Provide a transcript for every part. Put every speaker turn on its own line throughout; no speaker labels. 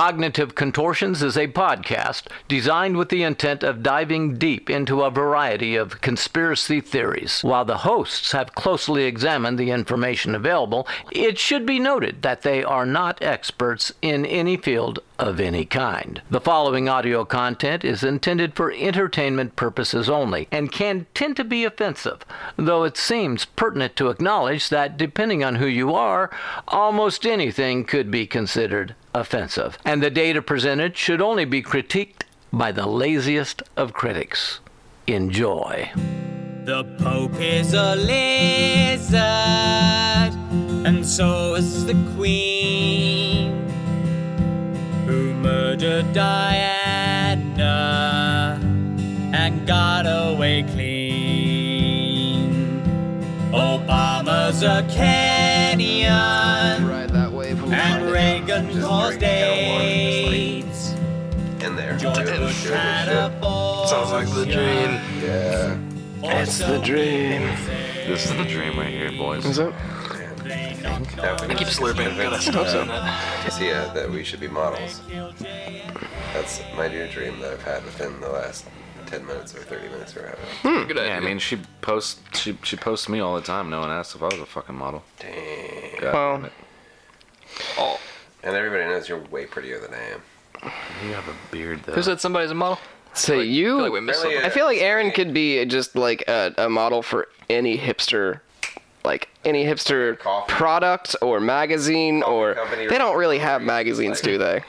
Cognitive Contortions is a podcast designed with the intent of diving deep into a variety of conspiracy theories. While the hosts have closely examined the information available, it should be noted that they are not experts in any field of any kind. The following audio content is intended for entertainment purposes only and can tend to be offensive, though it seems pertinent to acknowledge that depending on who you are, almost anything could be considered offensive, and the data presented should only be critiqued by the laziest of critics. Enjoy.
The Pope is a lizard, and so is the Queen, who murdered Diana and got away clean. Obama's a Kenyan,
ride that wave and
and Reagan caused AIDS.
in there.
George Bush had a boy.
Sounds like the dream.
Yeah.
It's the dream.
This is the dream right here, boys.
Is it?
That we
I keep slurping. I gotta stop doing that.
see uh, that we should be models. That's my new dream that I've had within the last 10 minutes or 30 minutes or
Hmm.
however.
Good idea.
Yeah, I mean, she posts she she posts me all the time. No one asks if I was a fucking model.
Damn.
God
Well.
damn it.
Oh,
And everybody knows you're way prettier than I am.
you have a beard though.
who said somebody's a model?
Say
I feel like
you.
we missed
Apparently,
I
something.
feel like Aaron could be just like a, a model for any hipster, like any hipster
Coffee.
product or magazine or.
company or
They don't really have
something.
magazines,
Like-
do they?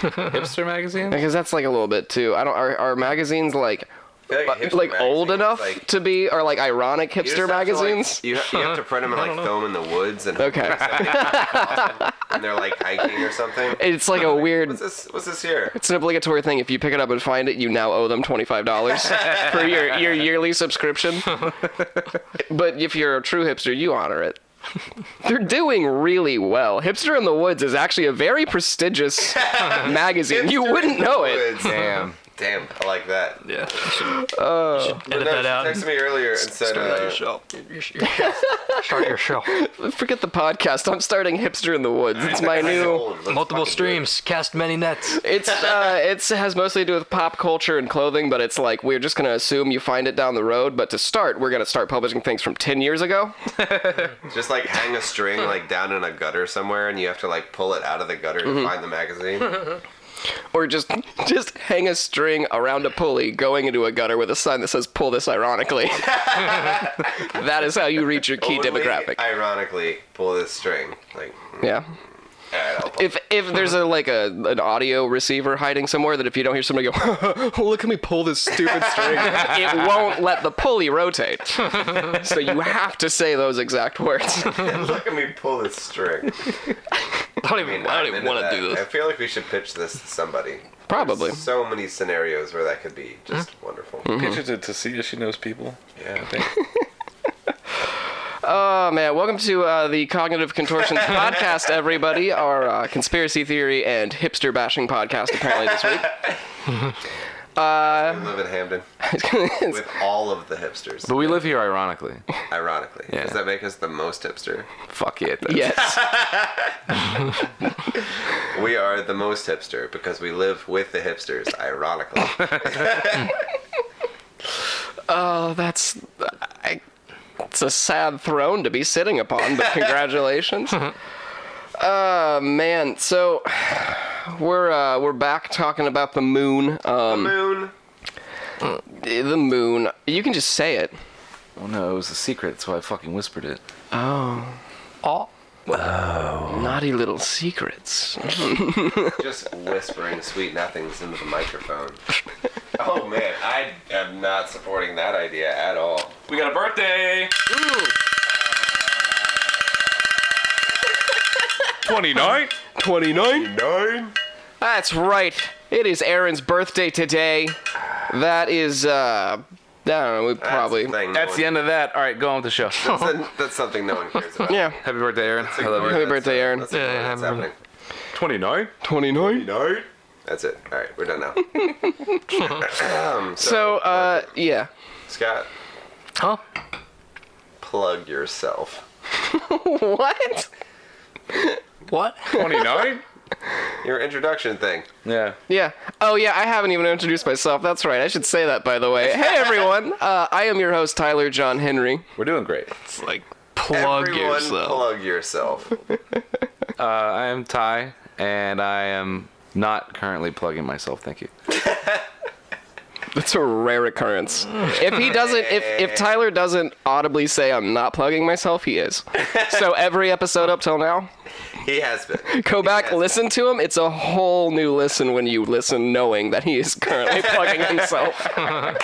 Hipster magazine?
Because that's like a little bit too. I don't. Are, are magazines like uh,
I feel
like,
hipster
old
magazines,
enough
like,
to be or like ironic
you just
hipster
have to, like-
magazines?
you, ha- you have to print them and like throw them in the woods and,
Okay.
and they're like hiking or something.
It's like a weird.
What's this? What's this here?
It's an obligatory thing. If you pick it up and find it, you now owe them twenty five dollars for your, your yearly subscription. but if you're a true hipster, you honor it. They're doing really well. Hipster in the Woods is actually a very prestigious magazine. you wouldn't know it.
Woods. Damn. Damn. I like that.
Yeah. you should
But
Uh, edit
no,
that
she
out.
texted me earlier and said,
Start
uh,
your show. Your- your- Start your show.
Forget the podcast. I'm starting Hipster in the Woods. It's my
"That's
new.
old. Let's
Multiple
fucking do it."
streams. Cast many nets.
It's uh, it's has mostly to do with pop culture and clothing, but it's like we're just gonna assume you find it down the road. But to start, we're gonna start publishing things from ten years ago.
Just like hang a string
Hmm.
like down in a gutter somewhere, and you have to like pull it out of the gutter
Mm-hmm.
to find the magazine.
or just just hang a string around a pulley going into a gutter with a sign that says pull this ironically that is how you reach your key
Only,
demographic
Ironically, pull this string. Like, mm,
yeah
all right, I'll pull.
if if there's a like a an audio receiver hiding somewhere that if you don't hear somebody go oh, look at me pull this stupid string it won't let the pulley rotate so you have to say those exact words
Look at me pull this string.
I don't even. I
I'm
don't even
into
want
that.
to do
I
this.
feel like we should pitch this to somebody.
probably
So many scenarios where that could be just
Hmm.
wonderful.
Pitches it to see if she knows people.
Yeah.
Oh man, welcome to uh, the Cognitive Contortions podcast, everybody. Our uh, conspiracy theory and hipster bashing podcast, apparently this week.
we live in Hamden with all of the hipsters.
But we live here ironically.
Ironically, does that make us the most hipster?
Fuck it.
yes,
We are the most hipster because we live with the hipsters. Ironically.
oh, that's I, it's a sad throne to be sitting upon, but congratulations. Oh man, so we're uh, we're back talking about the moon. Um,
Moon.
the moon. You can just say it.
Well, no, it was a secret, so I fucking whispered it.
Oh,
Naughty little secrets.
Just whispering sweet nothings into the microphone. Oh man, I am not supporting that idea at all.
We got a birthday. Twenty nine.
Twenty nine.
Nine.
That's right. It is Aaron's birthday today. That is, uh, I don't know, we probably.
That's the end of that. All right, go on with the show. Happy
That's, that's something no one cares about.
Yeah.
birthday, Aaron. I love you.
Happy birthday, Aaron.
That's
Yeah, yeah,
what's
I
happening.
remember.
29.
29?
Nine. That's it. All right, we're done now. Um,
So, uh, yeah.
Scott,
huh?
plug yourself.
What?
What?
29.
Your introduction thing.
Yeah.
Yeah. Oh, yeah, I haven't even introduced myself. That's right. I should say that, by the way. Hey, everyone. Uh, I am your host, Tyler John Henry.
We're doing great.
It's like, plug
Everyone
yourself.
plug yourself.
Uh, I am Ty, and I am not currently plugging myself. Thank you.
That's a rare occurrence. If he doesn't, if, if Tyler doesn't audibly say, I'm not plugging myself, he is. So every episode up till now,
He has been.
go back,
Yes.
listen to him. It's a whole new listen when you listen knowing that he is currently plugging himself. uh,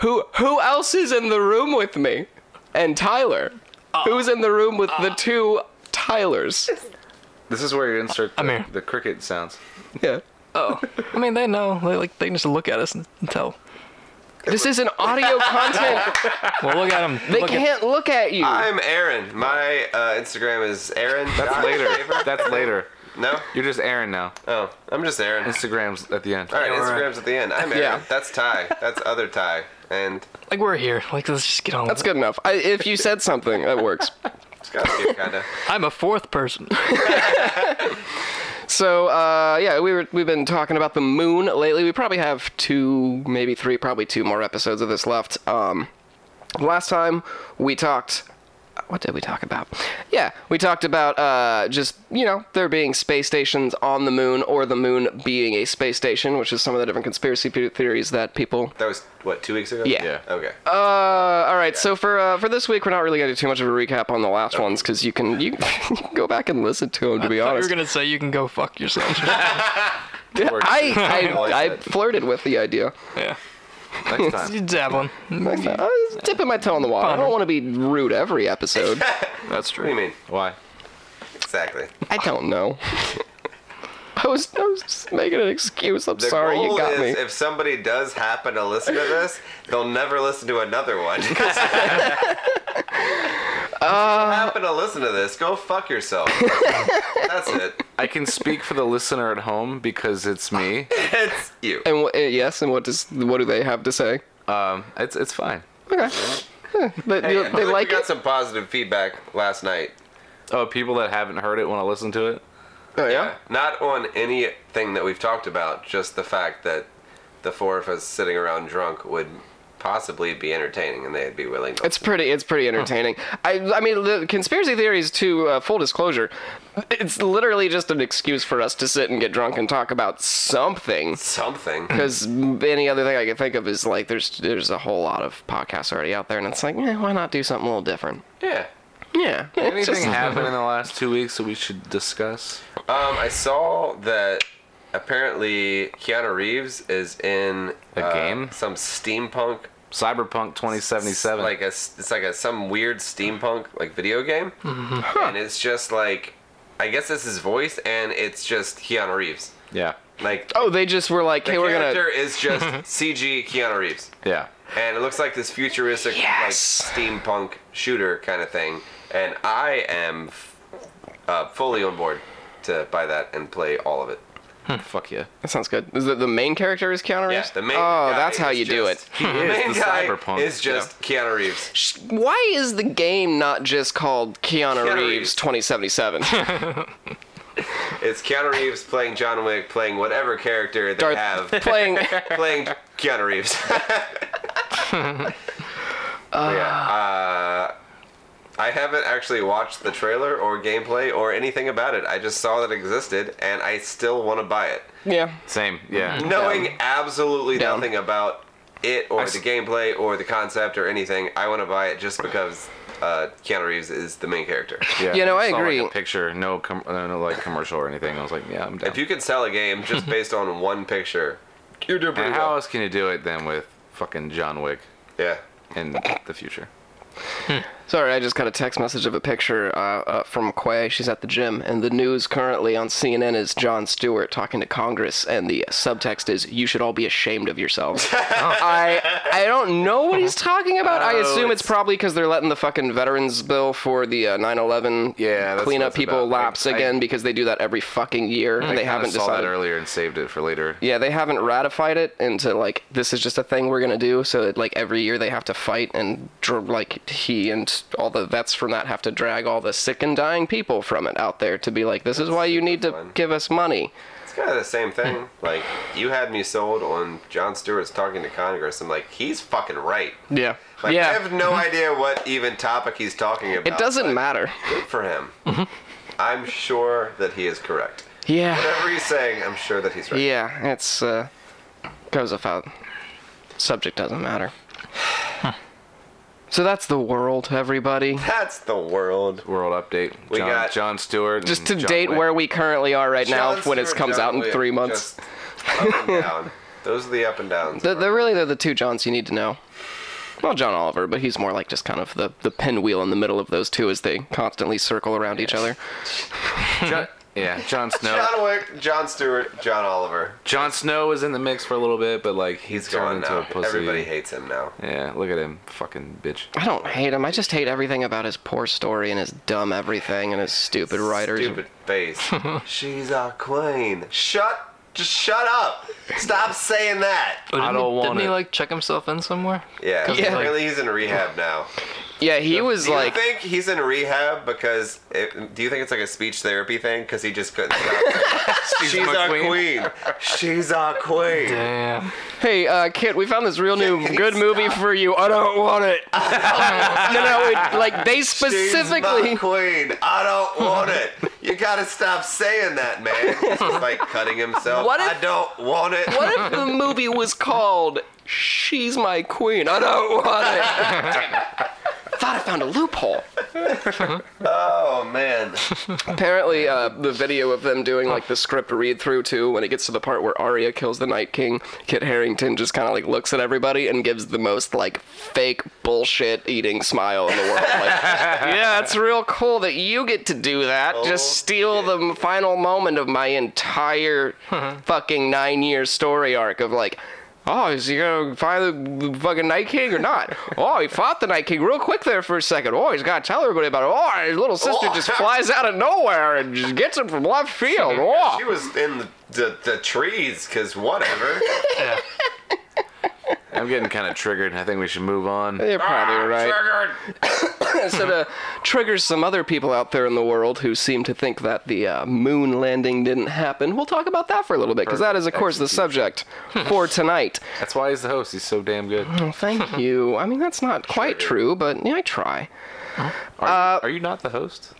who who else is in the room with me? And Tyler.
Uh,
Who's in the room with the two Tylers?
This is where you insert the,
I'm here.
the cricket sounds.
Yeah.
Oh, I mean, they know. They like they can just look at us and tell.
This is an audio content.
Well, look at them.
They
look
can't look at you.
I'm Aaron. My uh, Instagram is Aaron.
That's later. That's later.
No?
You're just Aaron now.
Oh, I'm just Aaron.
Instagram's at the end.
All right, Instagram's at the end. I'm Aaron.
Yeah.
That's Ty. That's other Ty. And
At, like we're here. Like let's just get on.
That's
with it.
good enough. I, if you said something, that works.
Scott's here, kinda.
I'm a fourth person.
So uh, yeah, we were we've been talking about the moon lately. We probably have two, maybe three, probably two more episodes of this left. Um, last time we talked. What did we talk about? Yeah, we talked about uh, just you know there being space stations on the moon or the moon being a space station, which is some of the different conspiracy pe- theories that people
That was, what, two weeks ago?
Yeah. Yeah.
Okay.
Uh, all right. So for uh, for this week, we're not really gonna do too much of a recap on the last ones because you can you, can go back and listen to them. To be
I thought
honest,
you were gonna say you can go fuck yourself.
I
Like
I, I
that.
flirted with the idea.
yeah.
Next time.
You dabbling.
I was dipping my toe in the water. I don't want to be rude every episode.
That's
what do you
true.
mean?
Why?
Exactly.
I don't know. I was I was just making an excuse. I'm
The
sorry
goal
you got
is
me.
if somebody does happen to listen to this, they'll never listen to another one. if you
Uh.
happen to listen to this, go fuck yourself. That's it.
I can speak for the listener at home because it's me.
It's you.
And wh- uh, yes, and what does what do they have to say?
Um, it's it's fine.
Okay. Huh, But
Hey,
you-
I
they
believe
like
we got
it.
some positive feedback last night.
Oh, people that haven't heard it want to listen to it.
Oh yeah.
Not on anything that we've talked about, just the fact that the four of us sitting around drunk would possibly be entertaining and they'd be willing to.
It's pretty. It's pretty entertaining. I. I mean, the conspiracy theories. To uh, full disclosure, it's literally just an excuse for us to sit and get drunk and talk about something.
something.
Because any other thing I can think of is like there's there's a whole lot of podcasts already out there, and it's like, eh, why not do something a little different?
Yeah.
Yeah. it's
Anything
just-
happened in the last two weeks that we should discuss?
Um, I saw that apparently Keanu Reeves is in uh,
A game?
some steampunk.
Cyberpunk 2077.
Like a, s- it's like a some weird steampunk like video game,
Mm-hmm.
and it's just like, I guess it's his voice, and it's just Keanu Reeves.
yeah,
Like
oh, they just were like,
the
hey, we're
character
gonna.
is just CG Keanu Reeves.
yeah.
and it looks like this futuristic
Yes.
like steampunk shooter kind of thing and i am f- uh, fully on board to buy that and play all of it
Fuck yeah.
That sounds good. Is it the main character is Keanu Reeves?
yeah the main
oh,
guy
that's how
is
you do it.
just-
He
the
is
main
the
guy
cyberpunk.
is just keanu reeves
Sh- Why is the game not just called Keanu,
Keanu
Reeves
Reeves.
2077?
it's keanu reeves playing john wick playing whatever character they
Darth
have
playing.
playing keanu reeves But yeah, uh, I haven't actually watched the trailer or gameplay or anything about it. I just saw that it existed, and I still want to buy it.
Yeah.
Same. Yeah.
knowing absolutely
Down.
nothing about it or
I
the
s-
gameplay or the concept or anything, I want to buy it just because uh, Keanu Reeves is the main character.
Yeah,
You know, I
saw, like,
agree.
a picture, no, com- uh, no, like commercial or anything. I was like, yeah, I'm down.
If you can sell a game just based on one picture, you're doing pretty
and how
well.
else can you do it than with fucking John Wick
Yeah.
in the future?
Sorry, I just got a text message of a picture uh, uh, from Quay. She's at the gym, and the news currently on CNN is John Stewart talking to Congress, and the subtext is "You should all be ashamed of yourselves."
Oh.
I I don't know what he's talking about.
Oh,
I assume it's, probably because they're letting the fucking veterans bill for the uh, 9/11
Yeah, that's what
cleanup
it's
people
about.
lapse
I- I-
again because they do that every fucking year, and they
Kinda
haven't
saw that
decided.
earlier and saved it for later.
Yeah, they haven't ratified it into like this is just a thing we're gonna do. So that, like every year they have to fight, and dr- like he and vets, all the vets from that have to drag all the sick and dying people from it out there to be like, this is why you need to
fun.
give us money.
It's kind of the same thing. Like you had me sold on John Stewart's talking to Congress. I'm like, he's fucking right.
Yeah.
Like I
yeah. Mm-hmm.
have no idea what even topic he's talking about.
It doesn't Mm-hmm.
but
matter.
Good for him. I'm sure that he is correct.
Yeah.
Whatever he's saying, I'm sure that he's right.
Yeah, it's uh goes without subject doesn't matter. So that's the world, everybody.
That's the world.
World update.
We
John,
got-
John Stewart. and
Just to
John
date
Wick.
where we currently are right now
John
when it
Stewart,
comes
John
out in
Wick,
three months.
just Up and down. Those are the up and downs.
They're, they're really they're the two Johns you need to know. Well, John Oliver, but he's more like just kind of the, the pinwheel in the middle of those two as they constantly circle around each other.
John, yeah, John Snow. John,
John Wick, John Stewart, John Oliver.
Snow was in the mix for a little bit, but like he's,
He's
turned
gone
into
now.
a pussy.
Everybody hates him now.
Yeah, look at him, fucking bitch.
Oh,
I don't hate him. I just hate everything about his poor story and his dumb everything and his stupid writers.
Stupid face. She's our queen. Shut. Just shut up. Stop saying that.
But
I
didn't
don't
he,
want
Didn't he
it.
like check himself in somewhere?
Yeah.
Yeah.
Apparently he's in rehab now.
Yeah, he was
Do you
like
think he's in rehab because? It, do you think it's like a speech therapy thing? Because he just couldn't. Stop. She's,
my
our
queen.
queen. She's our queen.
Damn.
Hey, uh, Kit, we found this real new good movie for you. I don't want it. no, no, it, like they
She's my
specifically.
queen. I don't want it. You gotta stop saying that, man. He's just like cutting himself.
What if-
I don't want it.
What if the movie was called "She's My Queen"? I don't want it. Thought I found a loophole.
Oh man.
Apparently, uh, the video of them doing like the script read through too. When it gets to the part where Arya kills the Night King, Kit Harrington just kind of like looks at everybody and gives the most like fake bullshit eating smile in the world. Like, yeah, it's real cool that you get to do that. just steal the final moment of my entire fucking nine-year story arc of like. Oh, is he gonna find the fucking Night King or not? Oh, he fought the Night King real quick there for a second. Oh, he's gotta tell everybody about it. Oh, his little sister
Oh.
just flies out of nowhere and just gets him from left field.
She
Oh.
was in the the, the trees, cause whatever.
I'm getting kind of triggered. I think we should move on.
You're probably right. so to trigger some other people out there in the world who seem to think that the uh, moon landing didn't happen, we'll talk about that for a little bit because that is, of course, the subject for tonight.
That's why he's the host. He's so damn good.
Well, thank you. I mean, that's not quite true, but yeah, I try.
Are, you, are you not the host?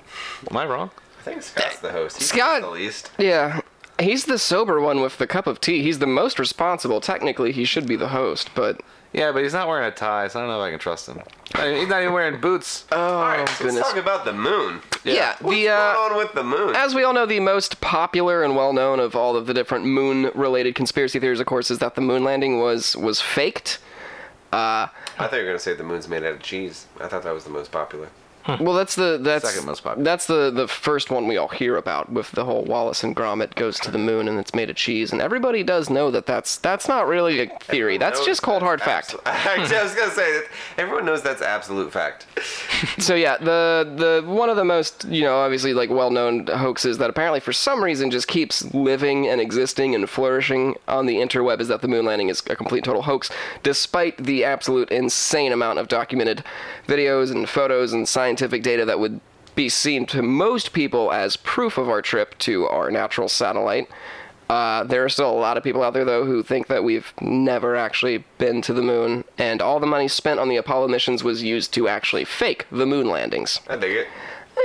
Am I wrong?
I think Scott's the host. He's
Scott-
the least.
Yeah. He's the sober one with the cup of tea. He's the most responsible. Technically, he should be the host, but
Yeah, but he's not wearing a tie, so I don't know if I can trust him. I mean, he's not even wearing boots.
oh
All right, so let's talk about the moon.
Yeah, the
What's
uh,
going on with the moon?
as we all know, the most popular and well known of all of the different moon related conspiracy theories, of course, is that the moon landing was was faked.
I thought you were gonna say the moon's made out of cheese. I thought that was the most popular.
Well, that's the that's
Hmm. Second most popular.
that's the the first one we all hear about with the whole Wallace and Gromit goes to the moon and it's made of cheese, and everybody does know that that's that's not really a theory. That's
knows
just cold hard fact.
Absol- I was gonna say that everyone knows that's absolute fact.
So yeah, the the one of the most you know obviously like well known hoaxes that apparently for some reason just keeps living and existing and flourishing on the interweb is that the moon landing is a complete total hoax, despite the absolute insane amount of documented videos and photos and scientific data that would be seen to most people as proof of our trip to our natural satellite. Uh, there are still a lot of people out there, though, who think that we've never actually been to the moon, and all the money spent on the Apollo missions was used to actually fake the moon landings.
I dig it.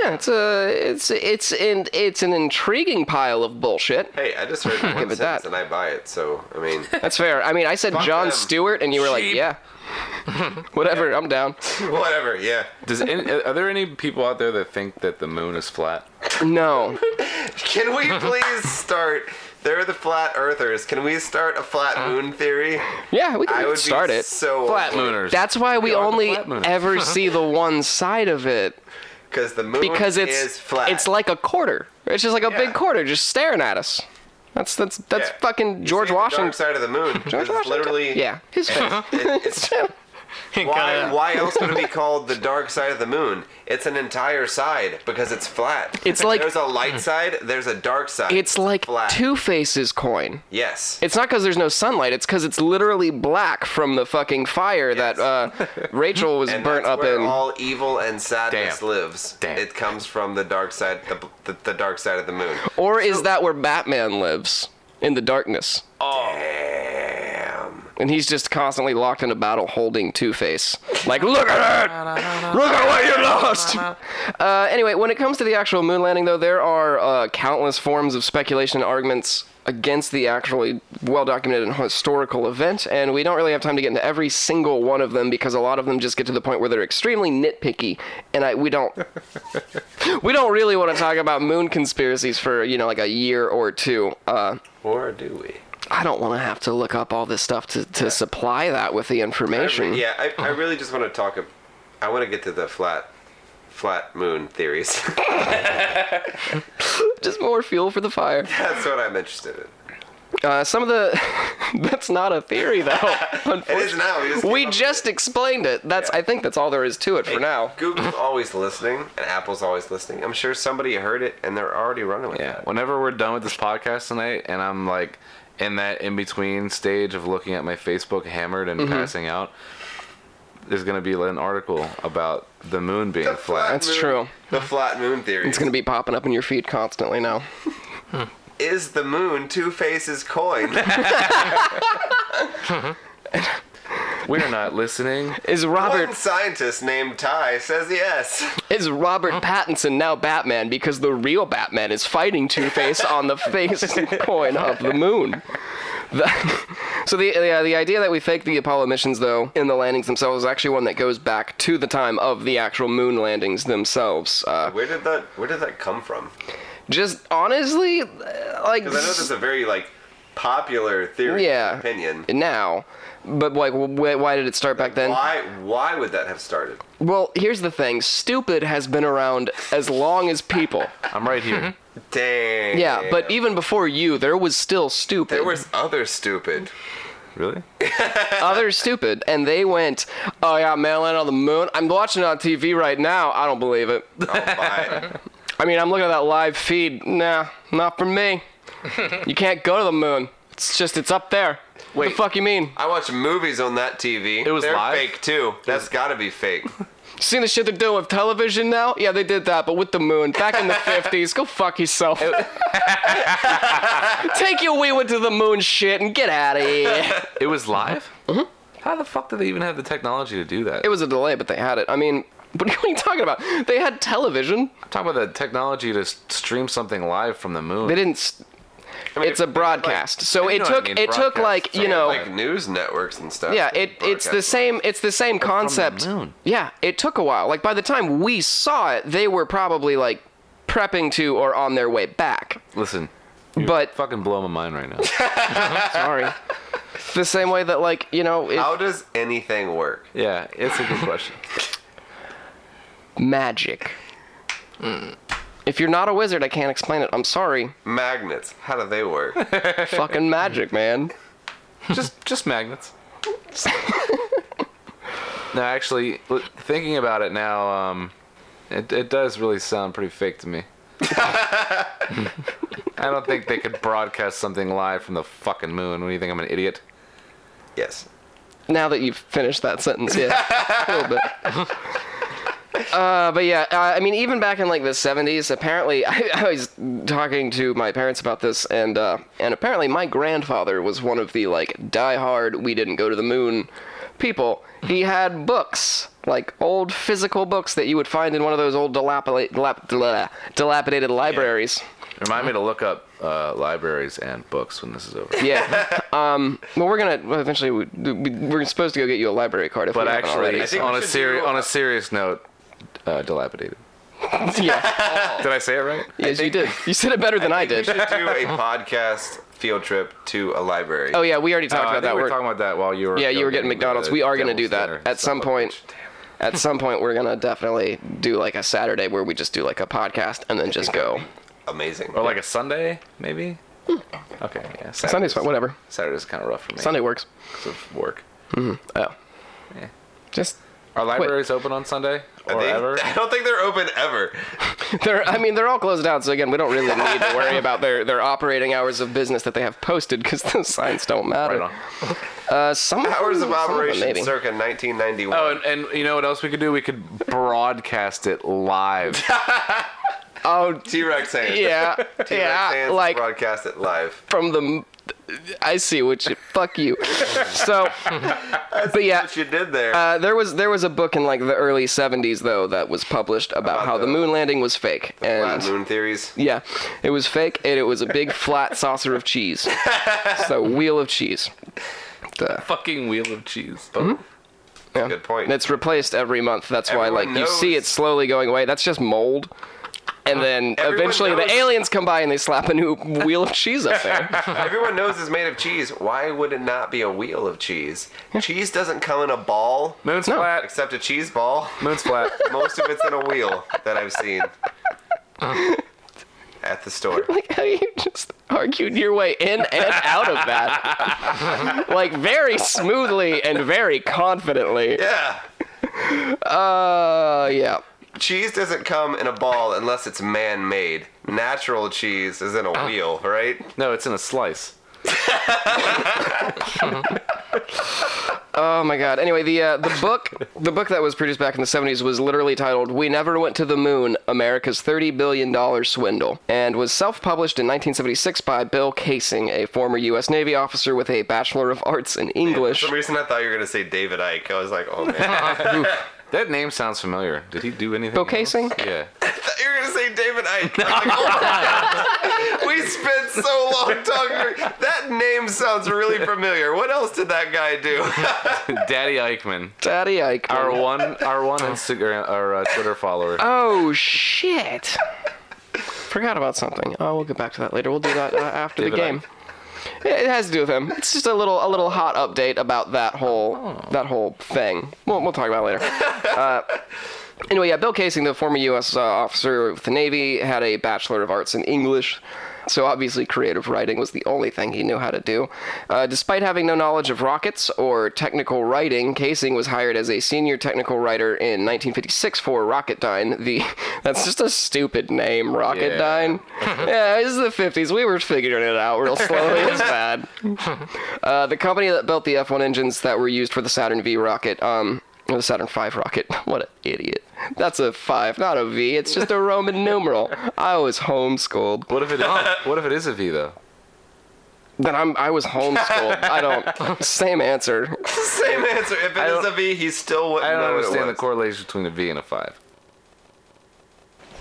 Yeah, it's a, it's, it's, and it's an intriguing pile of bullshit.
Hey, I just heard one
Give it
sentence
that.
and I buy it. So I mean,
That's fair. I mean, I said
Fuck
John
them.
Stewart, and you were like,
Sheep.
yeah, whatever, I'm down.
whatever. Yeah.
Does any, are there any people out there that think that the moon is flat?
No,
Can we please start? They're the flat earthers. Can we start a flat moon theory?
yeah, Uh, we
I
can
would
start
be
it.
so
Flat mooners.
That's why we
We are the
only
flat moon.
ever see the one side of it.
because the moon
because it's
is flat.
it's like a quarter. It's just like a
Yeah.
big quarter just staring at us. That's that's that's
Yeah.
fucking George
See the dark
Washington.
side of the moon.
George
It's
Washington.
literally
Yeah, his face.
it- it's, Why, why else would it be called the dark side of the moon? It's an entire side because it's flat.
It's like-
there's a light side, there's a dark side.
It's like
flat.
Two Face's coin.
Yes.
It's not because there's no sunlight. It's because it's literally black from the fucking fire
Yes.
that uh, Rachel was
and
burnt
that's
up
where
in.
all evil and sadness
Damn.
lives.
Damn.
It comes from the dark side, the, the, the dark side of the moon.
Or is that where Batman lives in the darkness?
Oh.
Damn.
And he's just constantly locked in a battle holding Two Face. Like, look at it! Look at what you lost! Uh, anyway, when it comes to the actual moon landing, though, there are uh, countless forms of speculation and arguments against the actually well documented and historical event, and we don't really have time to get into every single one of them because a lot of them just get to the point where they're extremely nitpicky, and I, we don't. we don't really want to talk about moon conspiracies for, you know, like a year or two. Uh,
Or do we?
I don't want to have to look up all this stuff to, to supply that with the information.
Yeah, I,
Hmm.
I really just want to talk. ab- I want to get to the flat, flat moon theories.
Just more fuel for the fire.
That's what I'm interested in.
Uh, some of the. that's not a theory, though.
It is
unfortunately.
now. We just,
We just explained it. That's.
Yeah.
I think that's all there is to it for now.
Google's always listening, and Apple's always listening. I'm sure somebody heard it, and they're already running with
Yeah.
it.
Whenever we're done with this podcast tonight, and I'm like in that in between stage of looking at my Facebook hammered and passing out, there's gonna be an article about the moon being flat.
That's true.
The flat moon theory
It's going to be popping up in your feed constantly now.
is the moon Two Faces coin.
We're not listening.
Is Robert
One scientist named Ty says yes.
is Robert Pattinson now Batman because the real Batman is fighting Two Face on the face coin of the moon? The- so the yeah, the idea that we faked the Apollo missions though in the landings themselves is actually one that goes back to the time of the actual moon landings themselves. Uh,
Where did that Where did that come from?
just honestly, uh, like
Because I know this is a very like popular theory
yeah,
and opinion.
now, but like wh- why did it start back then?
Why Why would that have started?
Well, here's the thing: stupid has been around as long as people.
I'm right here.
Dang.
Yeah, but e- even before you, there was still stupid.
there was other stupid.
really?
others stupid and they went oh yeah man landed on the moon i'm watching it on tv right now i don't believe it
Oh my.
i mean i'm looking at that live feed nah not for me you can't go to the moon it's just it's up there what the
Wait.
fuck you mean
I watch movies on that TV. It
was
They're
live?
fake too. That's got to be fake.
seen the shit they're doing with television now yeah they did that but with the moon back in the 50s go fuck yourself take your we went to the moon shit and get out of here
It was live. Mm-hmm. How the fuck did they even have the technology to do that?
it was a delay but they had it i mean what are you talking about they had television
Talk about the technology to s- stream something live from the moon.
they didn't s- it's a broadcast so
you
it
know what I
took
mean,
it took
broadcast.
like
So
you know
Like news networks and stuff.
yeah it it's the same it's the same concept
moon.
yeah it took a while like by the time we saw it they were probably like prepping to or on their way back
Listen,
but
fucking blow my mind right now.
sorry the same way that like you know if
How does anything work?
yeah, it's a good question.
magic
Hmm.
if you're not a wizard i can't explain it i'm sorry
Magnets. How do they work?
fucking magic man
just just magnets. no, actually, l- thinking about it now, um, it it does really sound pretty fake to me. I don't think they could broadcast something live from the fucking moon. What do you think? I'm an idiot.
yes.
now that you've finished that sentence, yeah, a little bit. Uh, but yeah, uh, I mean, even back in like the 70s, apparently, I, I was talking to my parents about this, and uh, and apparently, my grandfather was one of the like diehard "we didn't go to the moon" people. He had books, like old physical books that you would find in one of those old dilapida- dilap- dilap- dilapidated libraries.
Remind me to look up uh, libraries and books when this is over.
Yeah. um, well, we're gonna well, eventually we, we, we're supposed to go get you a library card if
But
we haven't already.
actually,
think we
on a
should
serious
do-
on a serious note, uh, dilapidated.
yeah.
Did I say it right?
Yes, you did. You said it better than I,
We
did.
should do a podcast field trip to a library.
Oh yeah, we already
Oh,
talked
I
about
think
that.
we were
We're-
talking about that while you were.
yeah, you were getting
getting the
McDonald's. We are gonna do
devil's
that
dinner and
at some
stuff.
point. At some point, we're gonna definitely do like a Saturday where we just do like a podcast and then just go.
Amazing.
Or like a Sunday, maybe? Okay, yeah. Saturday,
Sunday's fine, whatever.
Saturday's kind of rough for me.
Sunday works.
'cause of work.
Oh, Just
Are libraries open on Sunday or
They-
ever?
I don't think they're open ever.
they're. I mean, they're all closed down. So again, we don't really need to worry about their their operating hours of business that they have posted because those signs don't matter.
Right on.
Uh, some
Hours of
some them
operation
maybe.
circa 1991.
Oh, and, and you know what else we could do? We could broadcast it live.
Oh
T-Rex hands.
yeah,
T-Rex
yeah.
hands
Like
broadcast it live.
from the. I see what you. Fuck you. So, but yeah,
What you did there?
Uh, there was there was a book in like the early 70s though that was published about,
About
how the,
the-
moon landing was fake
Flat
and
moon theories.
yeah it was fake and it was a big flat saucer of cheese so wheel of cheese Duh.
Fucking wheel of cheese.
Yeah.
Good point.
And it's replaced every month that's why
Everyone
like you see
knows.
it slowly going away that's just mold and then
Everyone
eventually
knows.
the aliens come by and they slap a new wheel of cheese up there
Everyone knows it's made of cheese. Why would it not be a wheel of cheese? Cheese doesn't come in a ball,
Moon's flat.
except a cheese ball.
Moon's flat.
Most of it's in a wheel that I've seen at the store.
like how you just argued your way in and out of that like very smoothly and very confidently
Yeah.
Uh, yeah.
Cheese doesn't come in a ball unless it's man-made. Natural cheese is in a wheel, right?
No, it's in a slice.
Oh my god. Anyway, the uh, the book the book that was produced back in the 70s was literally titled "We Never Went to the Moon: America's 30 billion dollar swindle" and was self-published in 1976 by Bill Casing, a former U.S. Navy officer with a Bachelor of Arts in English.
For some reason, I thought you were gonna say David Icke. I was like, oh man, I
That name sounds familiar. Did he do anything?
Bill
else?
Casing?
Yeah.
thought you were gonna say David Icke. I was like, oh my God. We spent so long talking. That name sounds really familiar. What else did that guy do?
Daddy Eichmann.
Daddy Ike.
Our one, our one Instagram, our uh, Twitter follower.
Oh shit. Forgot about something. Oh, we'll get back to that later. We'll do that uh, after the
David
game. It has to do with him. It's just a little a little hot update about that whole that whole thing. We'll, we'll talk about it later. Uh, anyway, yeah, Bill Casing, the former U.S. Uh, officer with the Navy, had a Bachelor of Arts in English. So obviously, creative writing was the only thing he knew how to do. Uh, despite having no knowledge of rockets or technical writing, Casing was hired as a senior technical writer in 1956 for Rocketdyne. The that's just a stupid name, Rocketdyne. yeah, it's the 50s. We were figuring it out real slowly. It's bad. Uh, the company that built the F1 engines that were used for the Saturn V rocket, um, or the Saturn V rocket. What an idiot. That's a five, not a V. It's just a Roman numeral. I was homeschooled.
What if it is? What if it is a V though?
Then I'm. I was homeschooled. I don't. Same answer.
Same answer. If it is a V, he still wouldn't
I don't
know
understand the
it was.
correlation between a V and a five.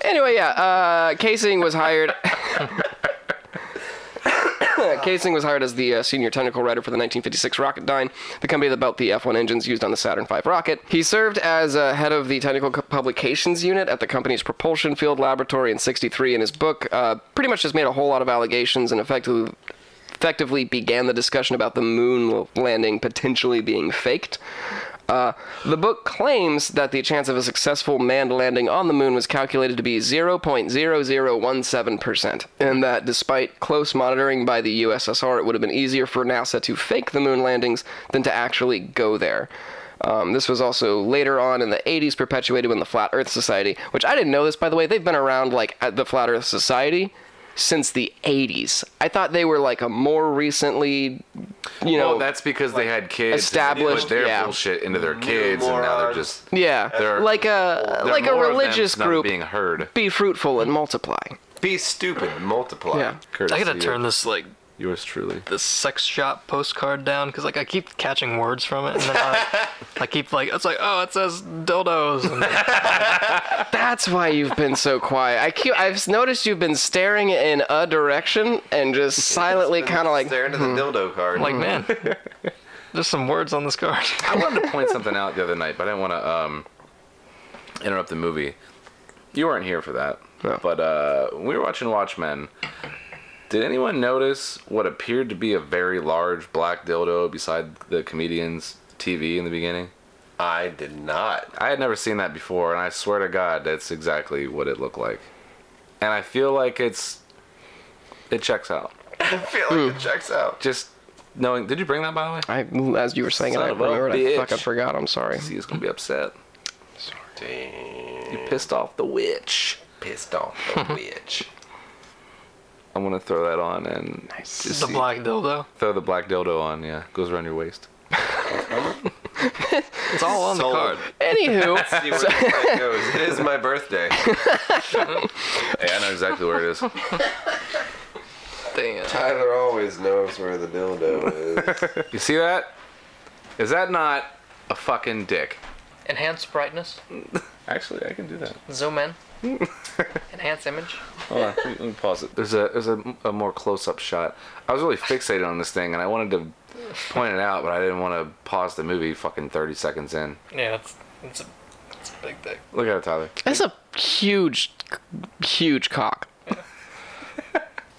Anyway, yeah. Uh, Casing was hired. Casing was hired as the uh, senior technical writer for the 1956 Rocketdyne, the company that built the F1 engines used on the Saturn V rocket. He served as uh, head of the technical co- publications unit at the company's propulsion field laboratory in '63. In his book, uh, pretty much just made a whole lot of allegations and effectively effectively began the discussion about the moon landing potentially being faked. Uh, the book claims that the chance of a successful manned landing on the moon was calculated to be 0.0017%, and that despite close monitoring by the USSR, it would have been easier for NASA to fake the moon landings than to actually go there. Um, this was also later on in the 80s perpetuated when the Flat Earth Society, which I didn't know this by the way, they've been around like at the Flat Earth Society since the 80s. I thought they were like a more recently, you know,
oh, that's because they had kids. and they
established-
put their
yeah.
bullshit into their kids, and now they're just
yeah,
they're-
like a
they're
Uh, like a
more of them
religious
not
group.
being heard.
Be fruitful and multiply.
Be stupid. Multiply.
Yeah.
Courtesy
I gotta turn
of
this like
Yours truly.
this sex shop postcard down because like I keep catching words from it and then I, I keep like it's like oh it says dildos and
That's why you've been so quiet. I keep, I've noticed you've been staring in a direction and just silently kind of like
Stare into the
mm-hmm.
dildo card.
I'm like man, there's some words on this card.
I wanted to point something out the other night, but I didn't want to um, interrupt the movie. You weren't here for that,
No.
but uh, when we were watching Watchmen. Did anyone notice what appeared to be a very large black dildo beside the comedian's TV in the beginning?
Mm-hmm.
I did not.
I had never seen that before, and I swear to God, that's exactly what it looked like. And I feel like it's it checks out.
Hmm.
I feel like it checks out.
Just knowing. Did you bring that by the way?
I, as you were saying
Son
it, I
of a
remembered. I
bitch.
fucking forgot. I'm sorry.
See, he's gonna be upset.
Damn.
You pissed off the witch.
Pissed off the witch.
I'm gonna throw that on and just
The
see-
black dildo.
throw the black dildo on. Yeah, goes around your waist.
It's all on
Sold.
the card.
Anywho,
See where that goes. It is my birthday.
Hey, I know exactly where it is.
Damn.
Tyler always knows where the dildo is.
You see that? Is that not a fucking dick?
Enhance brightness.
Actually, I can do that.
Zoom in. Enhance image.
Hold on, let me- let me pause it. There's a there's a, a more close up shot. I was really fixated on this thing, and I wanted to point it out, but I didn't want to pause the movie fucking 30 seconds in.
Yeah, it's it's a it's a big thing.
Look at it, Tyler.
that's a huge, huge cock.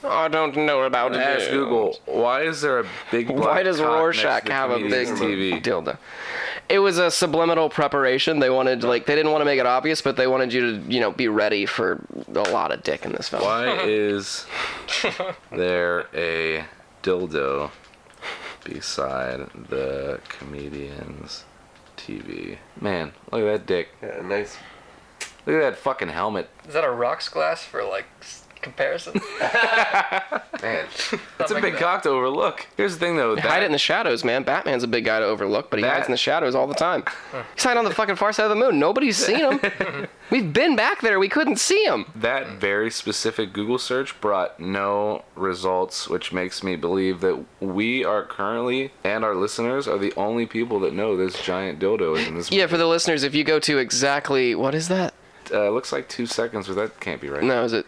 I don't know about
Ask
it.
Google why is there a big black
Why does
cock next
Rorschach
to the
have a big
comedian's TV?
dildo? It was a subliminal preparation. They wanted like they didn't want to make it obvious, but they wanted you to you know be ready for a lot of dick in this film.
Why is there a dildo beside the comedian's TV? Man, look at that dick.
Yeah, nice.
Look at that fucking helmet.
Is that a rocks glass for like s- comparison?
Man.
That's a
make
big
that.
cock to overlook. Here's the thing though. That,
Hide it in the shadows, man. Batman's a big guy to overlook, but he
That-
hides in the shadows all the time. He's hiding on the fucking far side of the moon. Nobody's seen him. We've been back there. We couldn't see him.
that very specific Google search brought no results, which makes me believe that we are currently and our listeners are the only people that know this giant dildo is in this.
Yeah, for the listeners, if you go to exactly what is that?
uh, looks like two seconds, but that can't be right.
No, is it?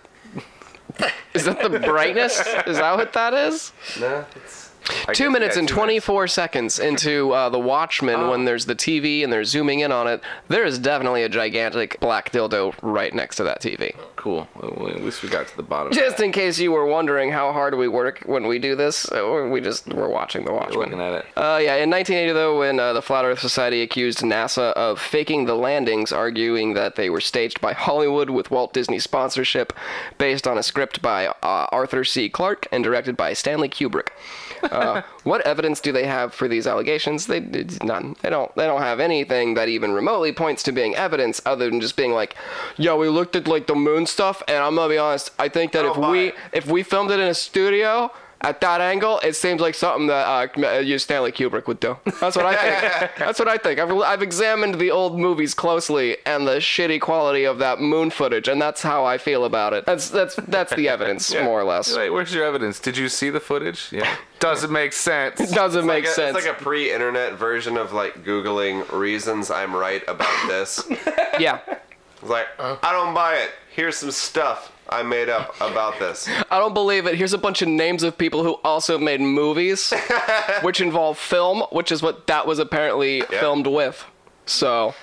Is that the brightness? Is that what that is?
Nah, it's.
I
two
guess-
minutes
yeah,
and
two Oh.
24 seconds into uh, the watchmen when there's the tv and they're zooming in on it there is definitely a gigantic black dildo right next to that tv
Cool. Well, at least we got to the bottom. of
just
that.
in case you were wondering how hard we work when we do this uh, we just we're watching the watchmen
looking at it.
uh, yeah, in 1980, though, when uh, the Flat Earth Society accused NASA of faking the landings, arguing that they were staged by Hollywood with Walt Disney sponsorship, based on a script by uh, Arthur C. Clarke and directed by Stanley Kubrick. Uh, what evidence do they have for these allegations? They it's none. They don't. They don't have anything that even remotely points to being evidence, other than just being like, "Yeah, we looked at like the moon stuff," and I'm gonna be honest. I think that if we if we filmed it in a studio at that angle, it seems like something that uh, m- uh, you Stanley Kubrick would do. That's what I think. That's what I think. I've, I've examined the old movies closely and the shitty quality of that moon footage, and that's how I feel about it. That's that's that's the evidence, more or less.
Wait, where's your evidence? Did you see the footage? Yeah. Doesn't make sense.
Doesn't
like
make
a-
sense.
It's like a pre-internet version of like googling reasons I'm right about this.
yeah,
It's like I don't buy it. Here's some stuff I made up about this.
I don't believe it. Here's a bunch of names of people who also made movies, which involve film, which is what that was apparently filmed with. So,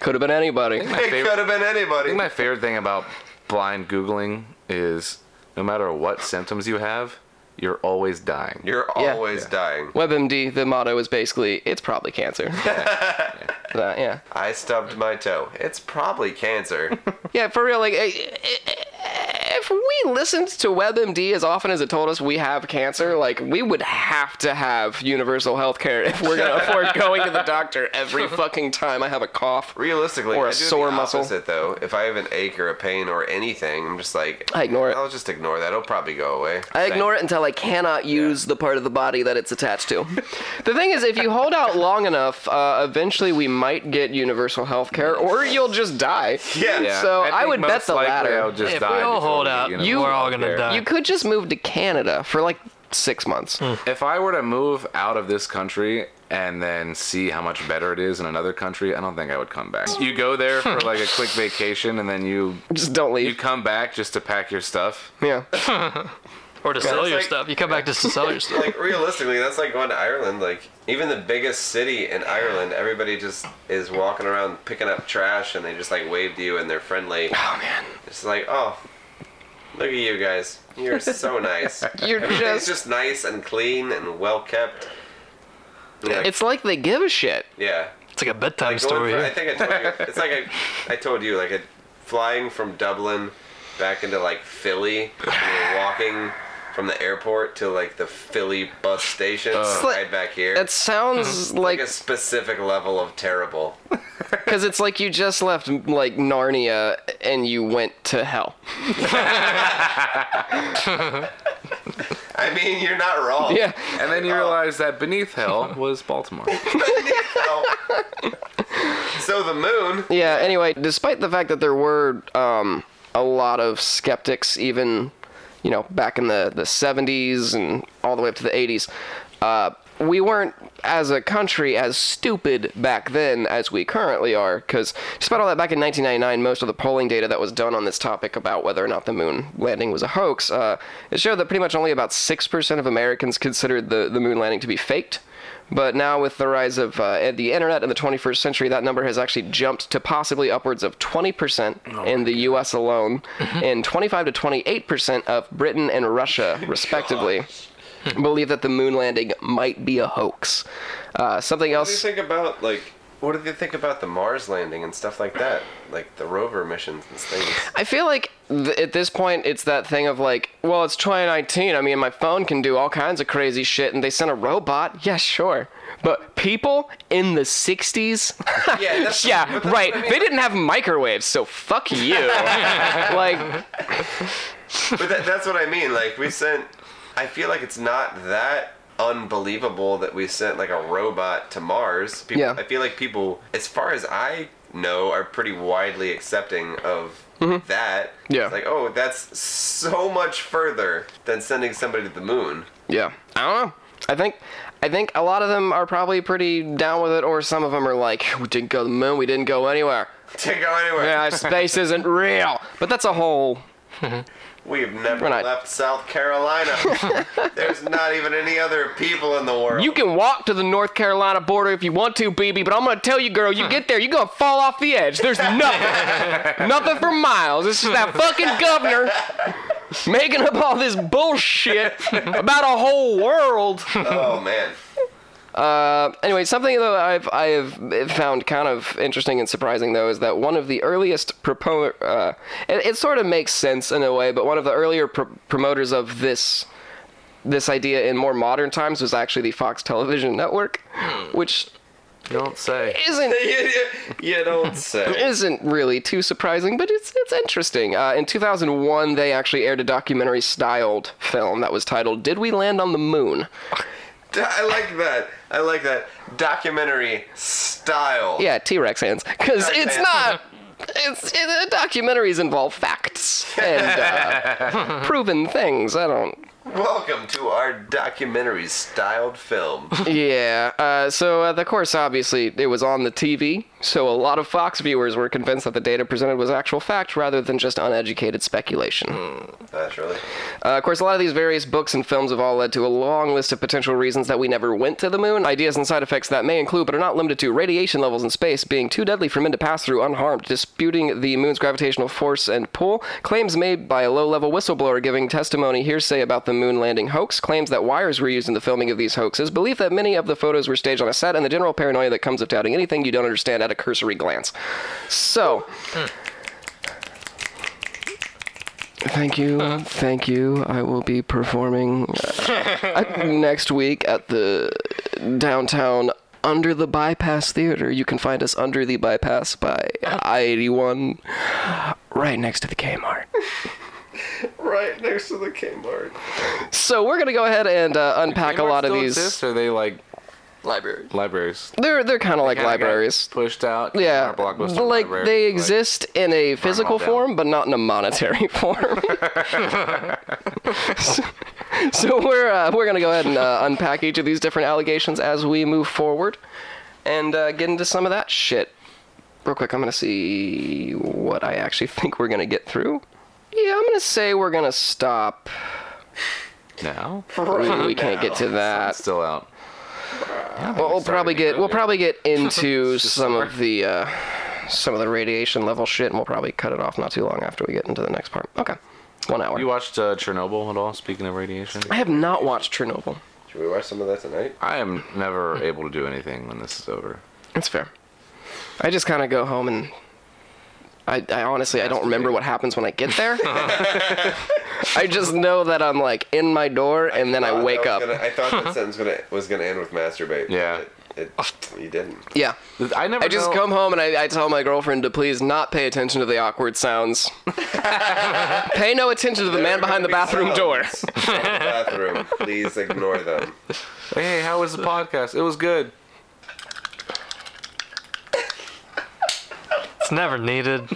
could have been anybody.
My
It
favorite-
could have been
I
anybody.
think my favorite thing about blind Googling is no matter what symptoms you have, you're always dying.
You're
Yeah.
always dying.
WebMD, the motto is basically, it's probably cancer. That- yeah.
I stubbed my toe. It's probably cancer.
Yeah, for real, like, eh, eh, eh, if we listened to WebMD as often as it told us we have cancer, like, we would have to have universal health care if we're going to afford going to the doctor every fucking time I have a cough.
Realistically,
Or a
I do
sore
the
muscle.
opposite, though. If I have an ache or a pain or anything, I'm just like
I ignore it.
I'll just ignore that. It'll probably go away.
I ignore it until I cannot use the part of the body that it's attached to. the thing is, if you hold out long enough, uh, eventually we might get universal health care, or you'll just die.
Yeah.
Yeah,
So I,
think
would
most
bet the
likely
latter.
I would just
If
die
we all
before
hold
we get
out,
universal
You-
we're all
health
gonna
care.
die.
You could just move to Canada for like six months.
If I were to move out of this country and then see how much better it is in another country, I don't think I would come back. You go there for like a quick vacation and then you
Just don't
you
leave.
come back just to pack your stuff.
yeah.
Or to sell
it's
your
like-
stuff. You come back just to sell your stuff.
like realistically, that's like going to Ireland. Like even the biggest city in Ireland, everybody just is walking around picking up trash, and they just like wave to you, and they're friendly.
Oh man.
It's like, oh, look at you guys. You're so nice.
You're
Everything's
just.
just nice and clean and well kept. Yeah,
It's like they give a shit.
yeah.
It's like a bedtime
Like going
story.
from-
here.
I think I told you. It's like I, I told you, like a, flying from Dublin back into like Philly, and we were walking from the airport to like the Philly bus station, right back here.
That sounds
like
Mm-hmm. like
a specific level of terrible.
because it's like you just left like Narnia and you went to hell.
I mean, you're not wrong.
Yeah,
And then you realize that beneath hell was Baltimore.
So the moon.
yeah. Anyway, despite the fact that there were um, a lot of skeptics, even you know back in the the 70s and all the way up to the 80s, uh, we weren't as a country as stupid back then as we currently are. Because despite all that, back in 1999, most of the polling data that was done on this topic about whether or not the moon landing was a hoax, uh, it showed that pretty much only about six percent of Americans considered the the moon landing to be faked. But now, with the rise of uh, the internet in the 21st century, that number has actually jumped to possibly upwards of 20% in the U.S. alone, and 25 to 28% of Britain and Russia, respectively,
Hmm.
believe that the moon landing might be a hoax. Uh, something
What do you
else.
think about like? What do they think about the Mars landing and stuff like that? Like the rover missions and things.
I feel like th- at this point, it's that thing of like, well, it's 2019. I mean, my phone can do all kinds of crazy shit, and they sent a robot. Yeah, sure. But people in the 60s?
Yeah, that's-
yeah,
but that's
right.
what I mean.
They didn't have microwaves, so fuck you. like,
but that, that's what I mean. Like we sent. I feel like it's not that unbelievable that we sent like a robot to Mars. People,
Yeah.
I feel like people, as far as I know, are pretty widely accepting of that.
Mm-hmm. Yeah.
It's like, oh, that's so much further than sending somebody to the moon.
yeah. I don't know. I think I think a lot of them are probably pretty down with it, or some of them are like, we didn't go to the moon, we didn't go anywhere.
To go anywhere.
Yeah, space isn't real. But that's a whole
We've never
We're not-
left South Carolina. There's not even any other people in the world.
You can walk to the North Carolina border if you want to, BB, but I'm gonna tell you, girl, you get there, you're gonna fall off the edge. There's nothing, nothing for miles. It's just that fucking governor making up all this bullshit about a whole world.
oh man.
Anyway, something that I've I've found kind of interesting and surprising though is that one of the earliest propo uh, it, it sort of makes sense in a way, but one of the earlier pr- promoters of this this idea in more modern times was actually the Fox Television Network, which
Don't say.
isn't
you, you- you don't say.
isn't really too surprising, but it's it's interesting. Uh, in 2001, they actually aired a documentary styled film that was titled "Did We Land on the Moon?"
I like that. I like that documentary style.
Yeah, T Rex hands, because
T-Rex
it's
hands.
not. It's it, uh, documentaries involve facts and uh, proven things. I don't.
Welcome to our documentary styled film.
Yeah. Uh, so, uh, the course, obviously, it was on the TV, so a lot of Fox viewers were convinced that the data presented was actual fact rather than just uneducated speculation.
That's really.
Uh, of course, a lot of these various books and films have all led to a long list of potential reasons that we never went to the moon. Ideas and side effects that may include, but are not limited to, radiation levels in space being too deadly for men to pass through unharmed, disputing the moon's gravitational force and pull, claims made by a low level whistleblower giving testimony hearsay about the moon landing hoax, claims that wires were used in the filming of these hoaxes, belief that many of the photos were staged on a set, and the general paranoia that comes of doubting anything you don't understand at a cursory glance. So. Thank you,
Uh-huh.
thank you. I will be performing uh, uh, next week at the downtown Under the Bypass Theater. You can find us under the bypass by
Uh-huh.
I eighty one, right next to the Kmart.
Right next to the Kmart.
So we're gonna go ahead and uh, unpack a
Kmart
lot of
still
these.
exist, or are they like
Library.
libraries?
They're they're kind of like
Kinda got
libraries.
pushed out.
Yeah,
our blockbuster
like
library,
they exist in a physical
down.
form, but not in a monetary form. so, so we're uh, we're gonna go ahead and uh, unpack each of these different allegations as we move forward, and uh, get into some of that shit. Real quick, I'm gonna see what I actually think we're gonna get through. Yeah, I'm gonna say we're gonna stop.
now.
we, we can't get to that.
Still out.
Well, we'll
started
probably
to
get
go
we'll
there.
probably get into some of the uh, some of the radiation level shit, and we'll probably cut it off not too long after we get into the next part. Okay, one hour.
You watched uh, Chernobyl at all? Speaking of radiation,
I have not watched Chernobyl.
Should we watch some of that tonight?
I am never able to do anything when this is over.
That's fair. I just kind of go home and I, I honestly I don't remember what happens when I get there. I just know that I'm like in my door and then
thought
I wake
that
up.
was Gonna, I thought that sentence gonna, was going to end with masturbate.
Yeah.
but It, it, you didn't.
Yeah.
I never.
I just
know-
come home and I, I tell my girlfriend to please not pay attention to the awkward sounds. pay no attention to the man behind the bathroom door.
bathroom. Please ignore them.
Hey, how was the podcast? It was good.
It's never needed.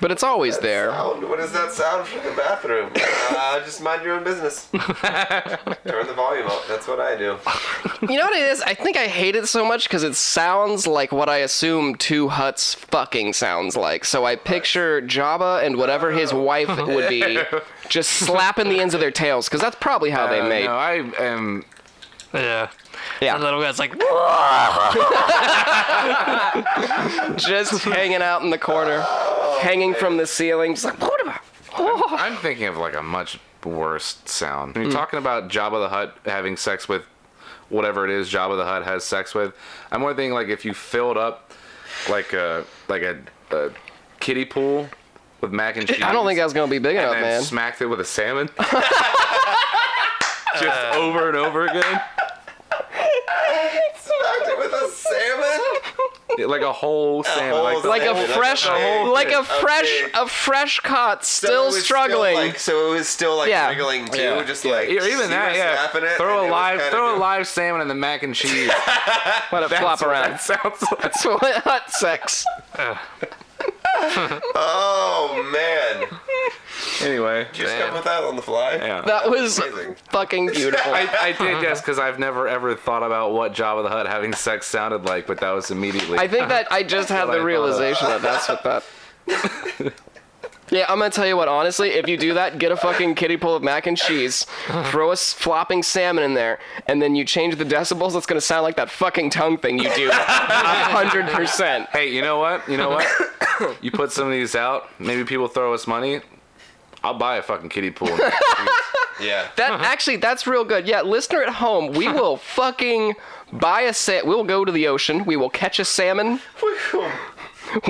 But it's always there.
Sound? What is that sound from the bathroom? Uh, just mind your own business. Turn the volume up. That's what I do.
You know what it is? I think I hate it so much because it sounds like what I assume two huts fucking sounds like. So I picture Jabba and whatever his
Oh.
wife would be just slapping the ends of their tails because that's probably how they
Uh,
made.
No, I am.
Yeah.
Yeah.
The little guy's like,
Ah, just hanging out in the corner, hanging from the ceiling, just like.
I'm thinking of like a much worse sound. When you're
Hmm.
talking about Jabba the Hutt having sex with whatever it is Jabba the Hutt has sex with, I'm more thinking like if you filled up like a like a, a kiddie pool with mac and cheese.
I don't think that's gonna be big
and
enough,
then
man.
smacked it with a salmon. Just
Uh.
over and over again,
Smacked it with a salmon.
like a whole salmon, like the
like
whole-
a
That's
fresh,
the whole
like a
thing.
fresh,
Okay.
a fresh cot,
So it
still
was
struggling.
Still like, so it was still like
Yeah.
wriggling too,
Yeah.
just like
Yeah, even that, yeah. throw a live, throw a live salmon in the mac and cheese.
Let it flop around.
That sounds like.
That's what hot sex.
Oh man,
Anyway,
Did you just come with that on the fly.
yeah.
That was
Amazing.
fucking beautiful.
I, I did yes, because I've never ever thought about what Jabba the Hutt having sex sounded like, but that was immediately.
I think that I just had
what I
the
thought.
realization that that's what that. Yeah, I'm gonna tell you what. Honestly, if you do that, get a fucking kiddie pool of mac and cheese, throw a s- flopping salmon in there, and then you change the decibels. It's gonna sound like that fucking tongue thing you do. A hundred percent.
hey, you know what? You know what? you put some of these out. Maybe people throw us money. I'll buy a fucking kiddie pool.
yeah.
Uh-huh.
That actually, that's real good. Yeah, listener at home, we will fucking buy a sa- We'll go to the ocean. We will catch a salmon.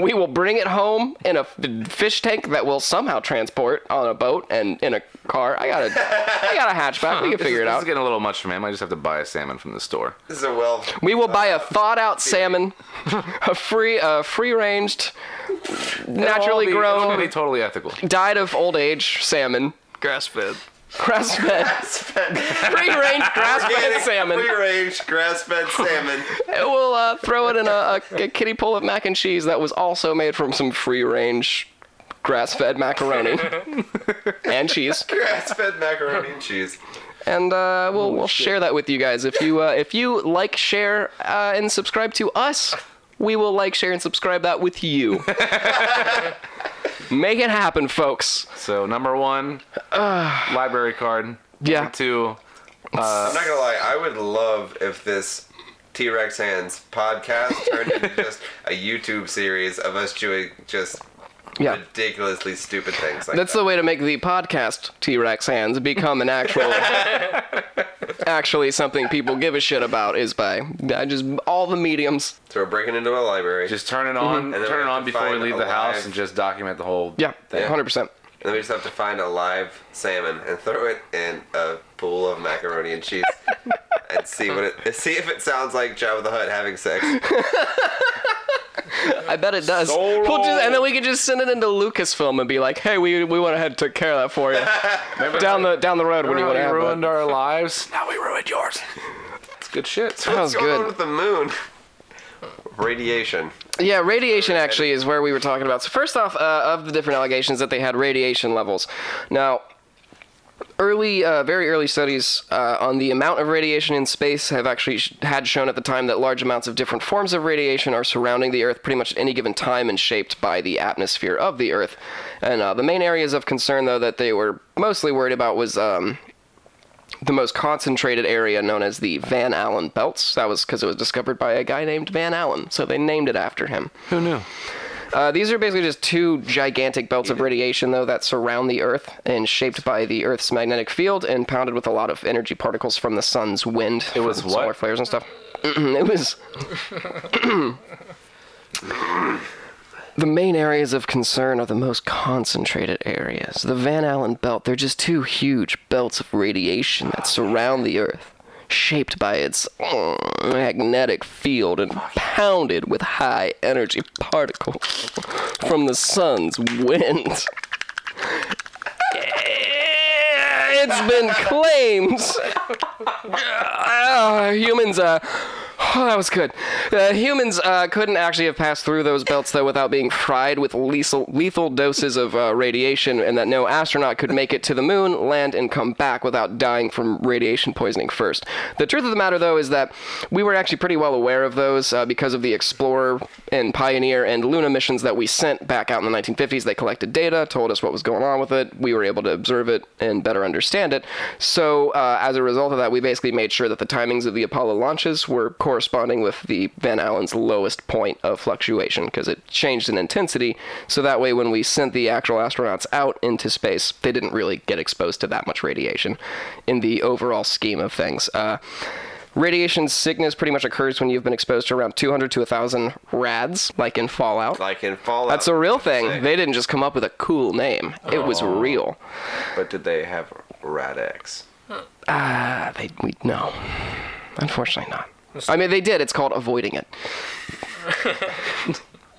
We will bring it home in a f- fish tank that we'll somehow transport on a boat and in a car. I got a, I got a hatchback. We can figure it
This is
out.
getting a little much for me. I might just have to buy a salmon from the store.
This is a well.
We will buy a thawed out salmon, a free, a free ranged,
It'll
naturally
be- it'll be
grown,
totally ethical.
died of old age salmon,
grass fed.
grass fed, free range grass fed salmon.
Free range grass fed salmon.
We'll uh, throw it in a, a, a kiddie pool of mac and cheese that was also made from some free range grass fed macaroni and cheese.
grass fed macaroni and cheese.
And uh, we'll, we'll share that with you guys. If you, uh, if you like, share, uh, and subscribe to us, we will like, share, and subscribe that with you. Make it happen, folks.
So number one, library card.
Yeah.
Number two,
I'm not gonna lie, I would love if this T Rex Hands podcast turned into just a YouTube series of us doing just
Yeah.
ridiculously stupid things like
That's
that.
the way to make the podcast T Rex hands become an actual, actually something people give a shit about is by I just all the mediums.
so we're breaking into a library.
just turn it on.
then we have
Turn it on
to
before we
find
leave
a
the house
live-
and just document the whole.
Mm-hmm. Yeah,
thing.
hundred percent.
and then we just have to find a live salmon and throw it in a pool of macaroni and cheese. And see what it see if it sounds like Jabba the Hutt having sex.
I bet it does. We'll just, and then we could just send it into Lucasfilm and be like, hey, we we went ahead and took care of that for you down the down the road when you
Remember
want to
how
have
you
that.
ruined our lives. Now we ruined yours. It's good shit.
That
What's
was
going on
good.
with the moon? Radiation.
Yeah, radiation actually is where we were talking about. So first off, uh, of the different allegations that they had radiation levels. Now, early, uh, very early studies uh, on the amount of radiation in space have actually sh- had shown at the time that large amounts of different forms of radiation are surrounding the Earth pretty much at any given time and shaped by the atmosphere of the Earth. And uh, the main areas of concern, though, that they were mostly worried about was. Um, the most concentrated area known as the Van Allen belts. That was because it was discovered by a guy named Van Allen, so they named it after him.
Who knew?
Uh, these are basically just two gigantic belts of radiation, though, that surround the Earth and shaped by the Earth's magnetic field and pounded with a lot of energy particles from the sun's wind. It
was what?
Solar flares and stuff. it was. The main areas of concern are the most concentrated areas. The Van Allen belt, they're just two huge belts of radiation that surround the Earth, shaped by its uh, magnetic field and pounded with high energy particles from the sun's wind. It's been claimed. Ah, humans, uh, oh, that was good. Uh, humans uh, couldn't actually have passed through those belts though without being fried with lethal lethal doses of uh, radiation, and that no astronaut could make it to the moon, land, and come back without dying from radiation poisoning first. The truth of the matter though is that we were actually pretty well aware of those uh, because of the Explorer and Pioneer and Luna missions that we sent back out in the 1950s. They collected data, told us what was going on with it. We were able to observe it and better understand it. So, uh, as a result of that, we basically made sure that the timings of the Apollo launches were corresponding with the Van Allen's lowest point of fluctuation because it changed in intensity. So that way, when we sent the actual astronauts out into space, they didn't really get exposed to that much radiation in the overall scheme of things. Uh, Radiation sickness pretty much occurs when you've been exposed to around 200 to 1,000 rads, like in Fallout.
Like in Fallout.
That's a real thing.
Sick.
They didn't just come up with a cool name. It was real.
But did they have Radex?
Ah, they we no. Unfortunately not. I mean they did. It's called avoiding it.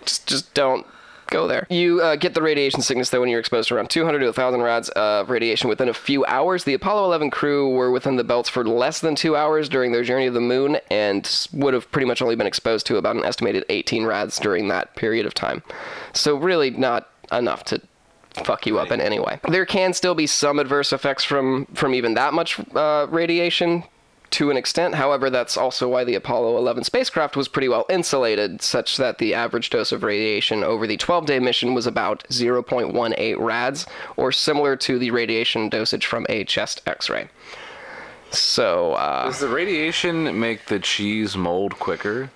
just just don't go there. You uh, get the radiation sickness though when you're exposed to around 200 to 1000 rads of radiation within a few hours. The Apollo 11 crew were within the belts for less than 2 hours during their journey to the moon and s- would have pretty much only been exposed to about an estimated 18 rads during that period of time. So really not enough to fuck you up in any way. There can still be some adverse effects from from even that much uh, radiation to an extent. However, that's also why the Apollo 11 spacecraft was pretty well insulated, such that the average dose of radiation over the 12-day mission was about 0.18 rads, or similar to the radiation dosage from a chest X-ray. So, uh,
Does the radiation make the cheese mold quicker?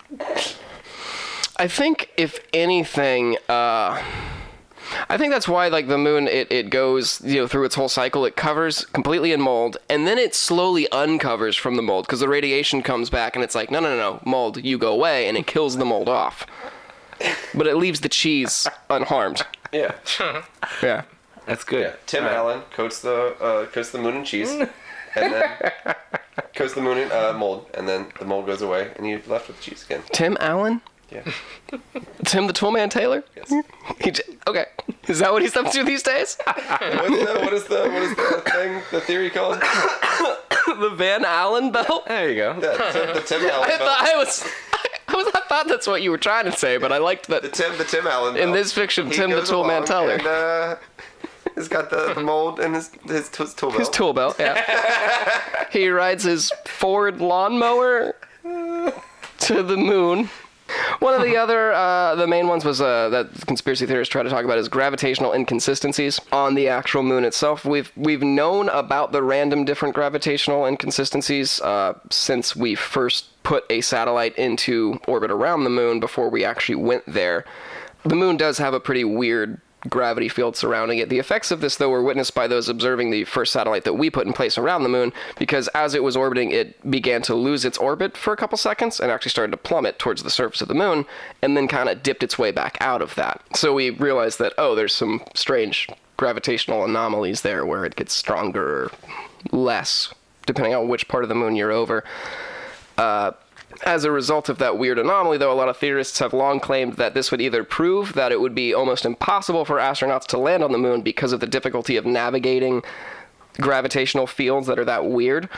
I think if anything, uh, I think that's why like the moon it, it goes you know through its whole cycle it covers completely in mold and then it slowly uncovers from the mold because the radiation comes back and it's like no no no no mold you go away and it kills the mold off but it leaves the cheese unharmed
Yeah.
yeah
That's good.
Tim Allen coats the uh, coats the moon in cheese, and then coats the moon in uh, mold, and then the mold goes away, and you're left with cheese again.
Tim Allen
Yeah.
Tim the Toolman Taylor
Yes.
He j- okay is that what he's up to these days
What's the, what is the what is the thing the theory called?
the Van Allen belt
There you go.
The, Tim- the Tim Allen.
I
belt.
thought I was I was I thought that's what you were trying to say but I liked that
the Tim the Tim Allen.
in
belt.
this fiction,
He
Tim the
goes
Tool Man
along
Teller.
And, uh, he's got the, the mold and his his, t- tool belt.
His tool belt, yeah. he rides his Ford lawnmower to the moon. One of the other, uh, the main ones was uh, that conspiracy theorists try to talk about is gravitational inconsistencies on the actual moon itself. We've we've known about the random different gravitational inconsistencies uh, since we first put a satellite into orbit around the moon before we actually went there. The moon does have a pretty weird gravity field surrounding it. The effects of this, though, were witnessed by those observing the first satellite that we put in place around the moon, because as it was orbiting, it began to lose its orbit for a couple seconds and actually started to plummet towards the surface of the moon, and then kind of dipped its way back out of that. So we realized that, oh, there's some strange gravitational anomalies there where it gets stronger or less, depending on which part of the moon you're over. Uh, As a result of that weird anomaly, though, a lot of theorists have long claimed that this would either prove that it would be almost impossible for astronauts to land on the moon because of the difficulty of navigating gravitational fields that are that weird,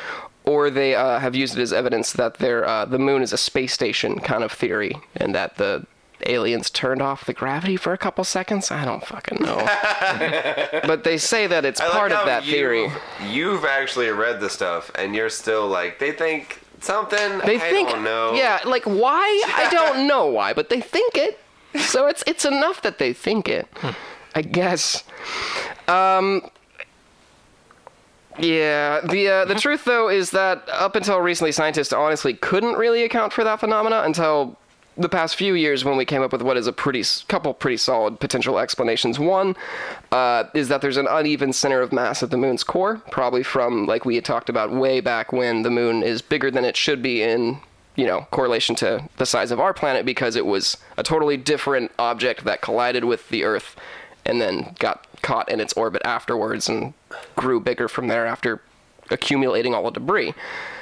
or they uh, have used it as evidence that they're, uh, the moon is a space station kind of theory and that the aliens turned off the gravity for a couple seconds. I don't fucking know. but they say that it's
I like
part
how
of that theory.
you've- You've actually read the stuff, and you're still like they think something.
They
I
think,
don't know.
yeah, like why? I don't know why, but they think it. So it's it's enough that they think it,
Hmm.
I guess. Um, yeah, the uh, the truth though is that up until recently, scientists honestly couldn't really account for that phenomena until the past few years when we came up with what is a pretty s- couple pretty solid potential explanations. One uh, is that there's an uneven center of mass at the moon's core, probably from like we had talked about way back when the moon is bigger than it should be in you know, correlation to the size of our planet because it was a totally different object that collided with the Earth and then got caught in its orbit afterwards and grew bigger from there after accumulating all the debris.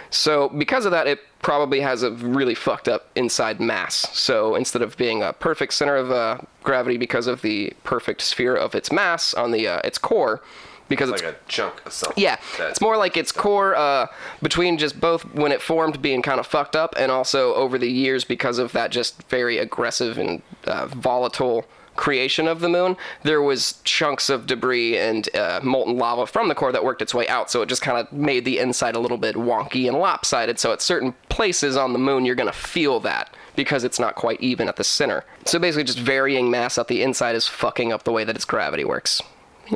So, because of that, it probably has a really fucked up inside mass. So, instead of being a perfect center of uh, gravity because of the perfect sphere of its mass on the uh, its core, because
Like
it's
a chunk of something.
yeah,
That-
it's more like its core uh, between just both when it formed being kind of fucked up, and also over the years because of that just very aggressive and uh, volatile creation of the moon. There was chunks of debris and uh, molten lava from the core that worked its way out, so it just kind of made the inside a little bit wonky and lopsided. So at certain places on the moon, you're gonna feel that because it's not quite even at the center. So basically, just varying mass out the inside is fucking up the way that its gravity works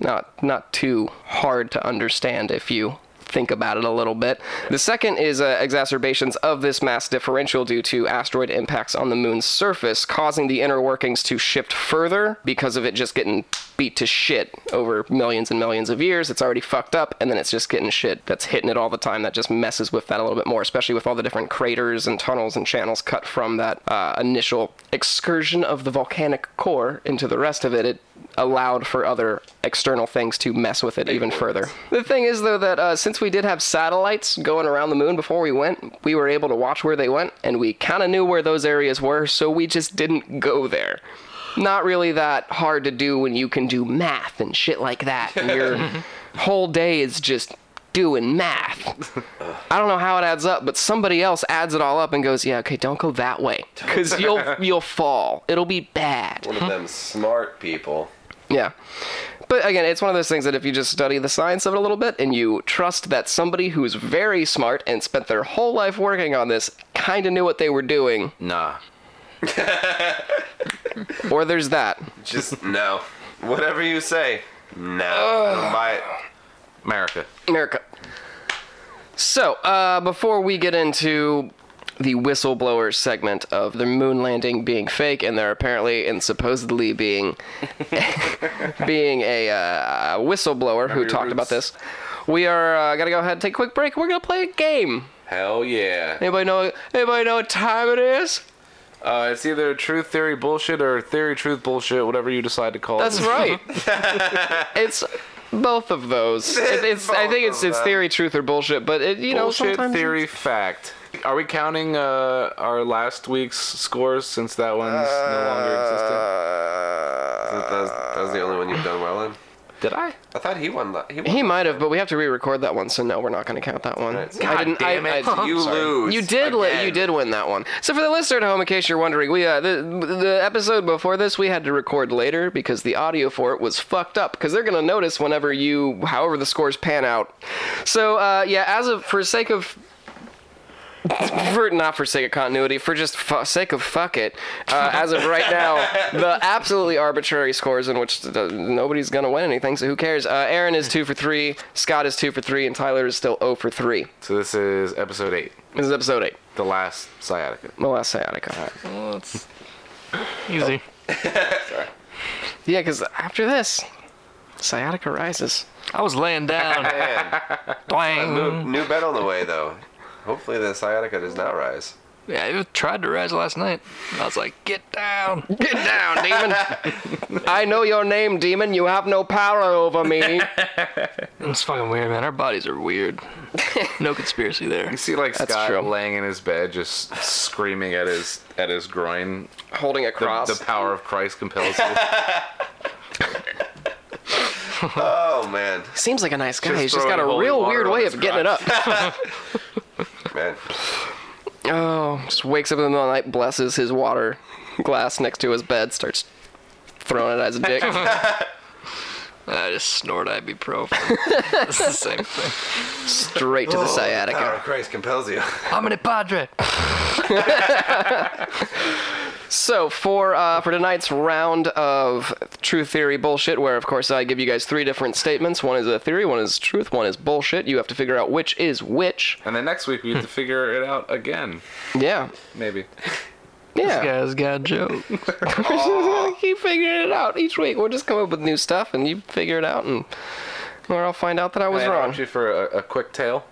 not not too hard to understand if you think about it a little bit. The second is uh, exacerbations of this mass differential due to asteroid impacts on the moon's surface causing the inner workings to shift further because of it just getting beat to shit over millions and millions of years. It's already fucked up and then it's just getting shit that's hitting it all the time that just messes with that a little bit more, especially with all the different craters and tunnels and channels cut from that uh, initial excursion of the volcanic core into the rest of it. It allowed for other external things to mess with it even further. The thing is, though, that uh, since we did have satellites going around the moon before we went, we were able to watch where they went, and we kind of knew where those areas were, so we just didn't go there. Not really that hard to do when you can do math and shit like that. And your whole day is just doing math. I don't know how it adds up, but somebody else adds it all up and goes, "Yeah, okay, don't go that way, because you'll you'll fall. It'll be bad."
One of them smart people.
Yeah. But again, it's one of those things that if you just study the science of it a little bit and you trust that somebody who's very smart and spent their whole life working on this kind of knew what they were doing,
Nah.
or there's that.
Just no. Whatever you say. No. I don't buy it.
America.
America. So, uh, before we get into the whistleblower segment of the moon landing being fake and there apparently and supposedly being being a uh, whistleblower who
your
talked about
roots.
this, we are uh, gonna go ahead and take a quick break. We're gonna play a game.
Hell yeah.
Anybody know? Anybody know what time it is?
Uh, it's either truth, theory, bullshit, or theory, truth, bullshit, whatever you decide to call
That's
it.
right. it's both of those. It, it's. I
Both
think it's
of
it's
them.
theory, truth, or bullshit. But it, you know,
Bullshit,
sometimes
theory,
it's-
fact. Are we counting uh, our last week's scores since that one's no longer
Uh,
existent?
Uh, That was, that was the only one you've done well in.
Did I?
I thought he won. The, he won.
He might have, but we have to re-record that one. So no, we're not going to count that one.
Right.
I didn't. I-
damn it.
I,
you lose.
You did. Li-
again.
you did win that one. So for the listener at home, in case you're wondering, we uh, the the episode before this we had to record later because the audio for it was fucked up. Because they're gonna notice whenever you, however the scores pan out. So uh, yeah, as of for sake of. For, not for sake of continuity, for just fu- sake of fuck it. Uh, as of right now, the absolutely arbitrary scores in which the, nobody's gonna win anything, so who cares? Uh, Aaron is two for three, Scott is two for three, and Tyler is still zero for three.
So this is episode eight,
This is episode eight.
the last sciatica.
The last sciatica.
Well, it's easy.
Yeah, because after this, sciatica rises.
I was laying down.
Man,
Bang.
new, new bet on the way though. Hopefully the sciatica does not rise.
Yeah, it tried to rise last night. I was like, get down.
Get down, demon. I know your name, demon. You have no power over me.
It's fucking weird, man. Our bodies are weird. No conspiracy there.
You see, like
That's
Scott
true.
laying in his bed, just screaming at his at his groin.
Holding a
The,
cross.
the power of Christ compels you.
Oh man,
Seems like a nice guy. He's just
throwing
got a
holy
real
water
weird
on
way
his
of getting it up.
man.
oh, just wakes up in the middle of the night, blesses his water glass next to his bed, starts throwing it as a dick.
I just snort ibuprofen. it's the same thing.
Straight to the
Power
sciatica.
of Christ compels you.
I'm an padre.
So for uh, for tonight's round of true theory bullshit, where of course I give you guys three different statements. One is a theory, one is truth, one is bullshit. You have to figure out which is which.
and then next week we have to figure it out again,
Yeah,
maybe.
This
yeah.
guy's got a joke.
Keep figuring it out each week. We'll just come up with new stuff, and you figure it out, and or I'll find out that I was
Hey, I want
wrong.
you for a, a quick tale.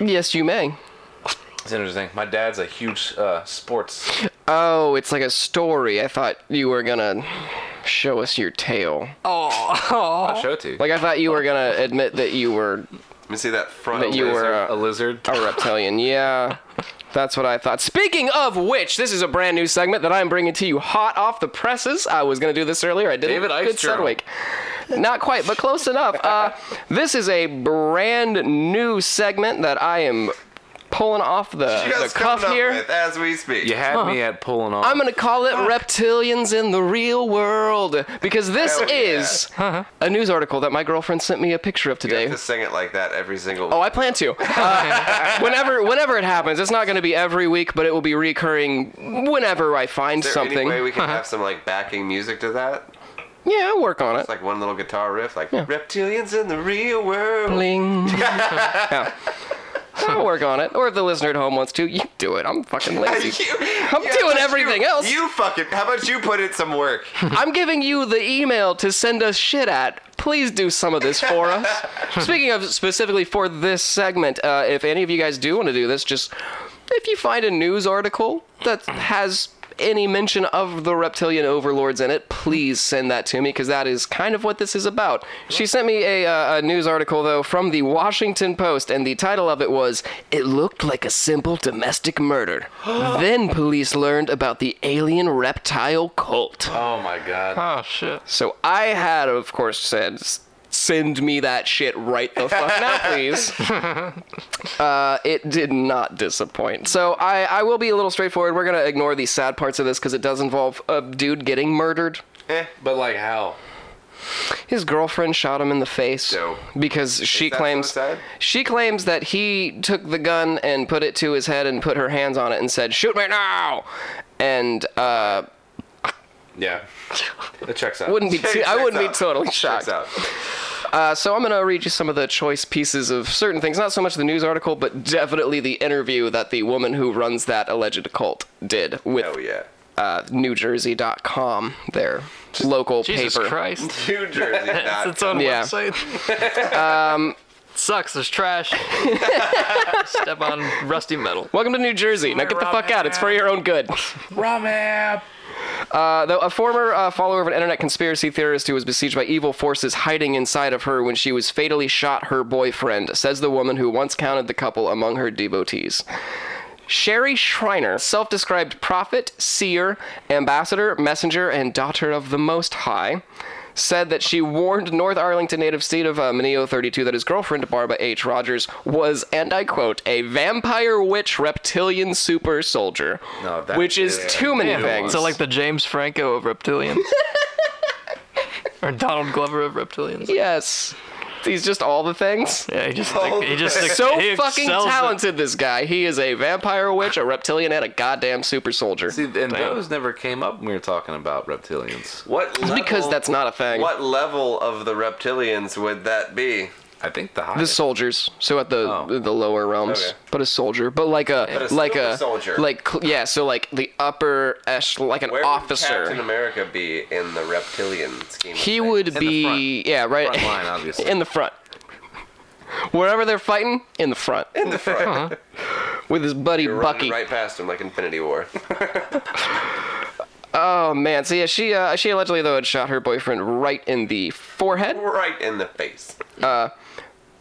Yes, you may.
It's interesting. My dad's a huge uh, sports.
Oh, it's like a story. I thought you were gonna show us your tail.
I'll show it to you.
Like I thought you were gonna admit that you were
Let me see that front.
that you
lizard.
were
a
uh,
lizard.
A reptilian, yeah. That's what I thought. Speaking of which, this is a brand new segment that I'm bringing to you hot off the presses. I was going to do this earlier. I didn't.
David Icke
Good
Journal.
segue. Not quite, but close enough. Uh, this is a brand new segment that I am pulling off the,
You
the
guys
cuff
coming up
here.
with as we speak.
You had me at pulling off.
I'm gonna call it reptilians in the real world because this
Hell yeah. Uh-huh.
is a news article that my girlfriend sent me a picture of
You
today.
have to sing it like that every single.
Oh, I plan to. Uh, whenever, whenever it happens, it's not going to be every week, but it will be recurring whenever I find
Is there
something. Uh-huh.
any way we can have some like backing music to that?
yeah, I'll work on it.
It's like one little guitar riff, like reptilians in the real world.
Bling. Yeah. I'll work on it. Or if the listener at home wants to, you do it. I'm fucking lazy.
You-
I'm
you-
doing
you-
everything else.
You fucking. How about you put in some work?
I'm giving you the email to send us shit at. Please do some of this for us. Speaking of specifically for this segment, uh, if any of you guys do want to do this, just if you find a news article that has any mention of the reptilian overlords in it, please send that to me because that is kind of what this is about. She sent me a, uh, a news article though from the Washington Post, and the title of it was "It looked like a simple domestic murder." then police learned about the alien reptile cult.
oh my god.
Uh,
Oh shit.
So I had, of course, said, "S- send me that shit right the fuck now, please. uh, it did not disappoint. So I, I will be a little straightforward. We're going to ignore the sad parts of this because it does involve a dude getting murdered.
But like how?
His girlfriend shot him in the face
Dope.
because she
that
claims
suicide?
she claims that he took the gun and put it to his head and put her hands on it and said, "Shoot me now!" And uh,
Yeah. It checks out.
wouldn't be too, I wouldn't
Checks
be
out.
totally
Checks
shocked.
out.
Uh, so I'm going to read you some of the choice pieces of certain things. Not so much the news article, but definitely the interview that the woman who runs that alleged cult did with
Oh yeah.
uh, NewJersey.com, their local
Jesus
paper.
Christ.
New Jersey.
It's
Not,
its own
Yeah.
website. um, sucks. There's trash. Step on rusty metal.
Welcome to New Jersey. Now get the fuck out. It's for your own good. Uh, though a former uh, follower of an internet conspiracy theorist who was besieged by evil forces hiding inside of her when she was fatally shot her boyfriend, says the woman who once counted the couple among her devotees. Sherry Schreiner, self described prophet, seer, ambassador, messenger, and daughter of the Most High, said that she warned North Arlington native Steve uh, Mineo 32 that his girlfriend, Barbara H. Rogers, was, and I quote, a vampire witch reptilian super soldier.
No, that
which is
is-
too many things.
So like the James Franco of reptilians. or Donald Glover of reptilians.
Yes. He's just all the things.
Yeah, he just like, he just like,
So
he
fucking
excels at-
talented, this guy. He is a vampire witch, a reptilian, and a goddamn super soldier.
See, and those never came up when we were talking about reptilians.
what? Level,
because that's not a thing.
What level of the reptilians would that be?
I think the
The
highest.
soldiers, so at the
Oh.
the lower realms,
Okay.
but a soldier, but like a
But a
like
super
a
soldier.
like cl- yeah, so like the upper echelon, like an
Where would Captain
officer.
America be in the reptilian scheme? of
He
things?
would
the
be
front.
yeah right
Front line, obviously.
in the front, wherever they're fighting in the front
in the front.
with his buddy
You're running
Bucky.
right past him like Infinity War.
Oh man, so yeah, she uh, she allegedly though had shot her boyfriend right in the forehead.
right in the face.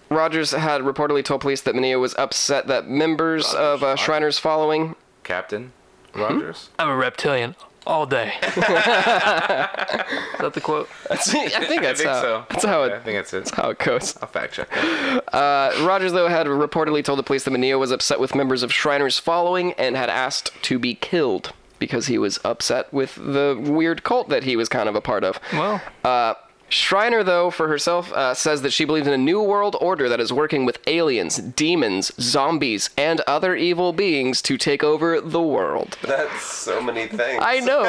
Rogers had reportedly told police that Mineo was upset that members of uh, Shriner's following.
Captain
Hmm?
Rogers.
I'm a reptilian all day. Is that the quote?
I think that's
I think
how,
so.
that's how
Yeah, I
it
think that's it.
how it goes. Uh,
I'll fact check. that.
Rogers though had reportedly told the police that Mineo was upset with members of Shriner's following and had asked to be killed because he was upset with the weird cult that he was kind of a part of.
Well,
Uh, Shriner, though, for herself, uh, says that she believes in a new world order that is working with aliens, demons, zombies, and other evil beings to take over the world.
That's so many things.
I know.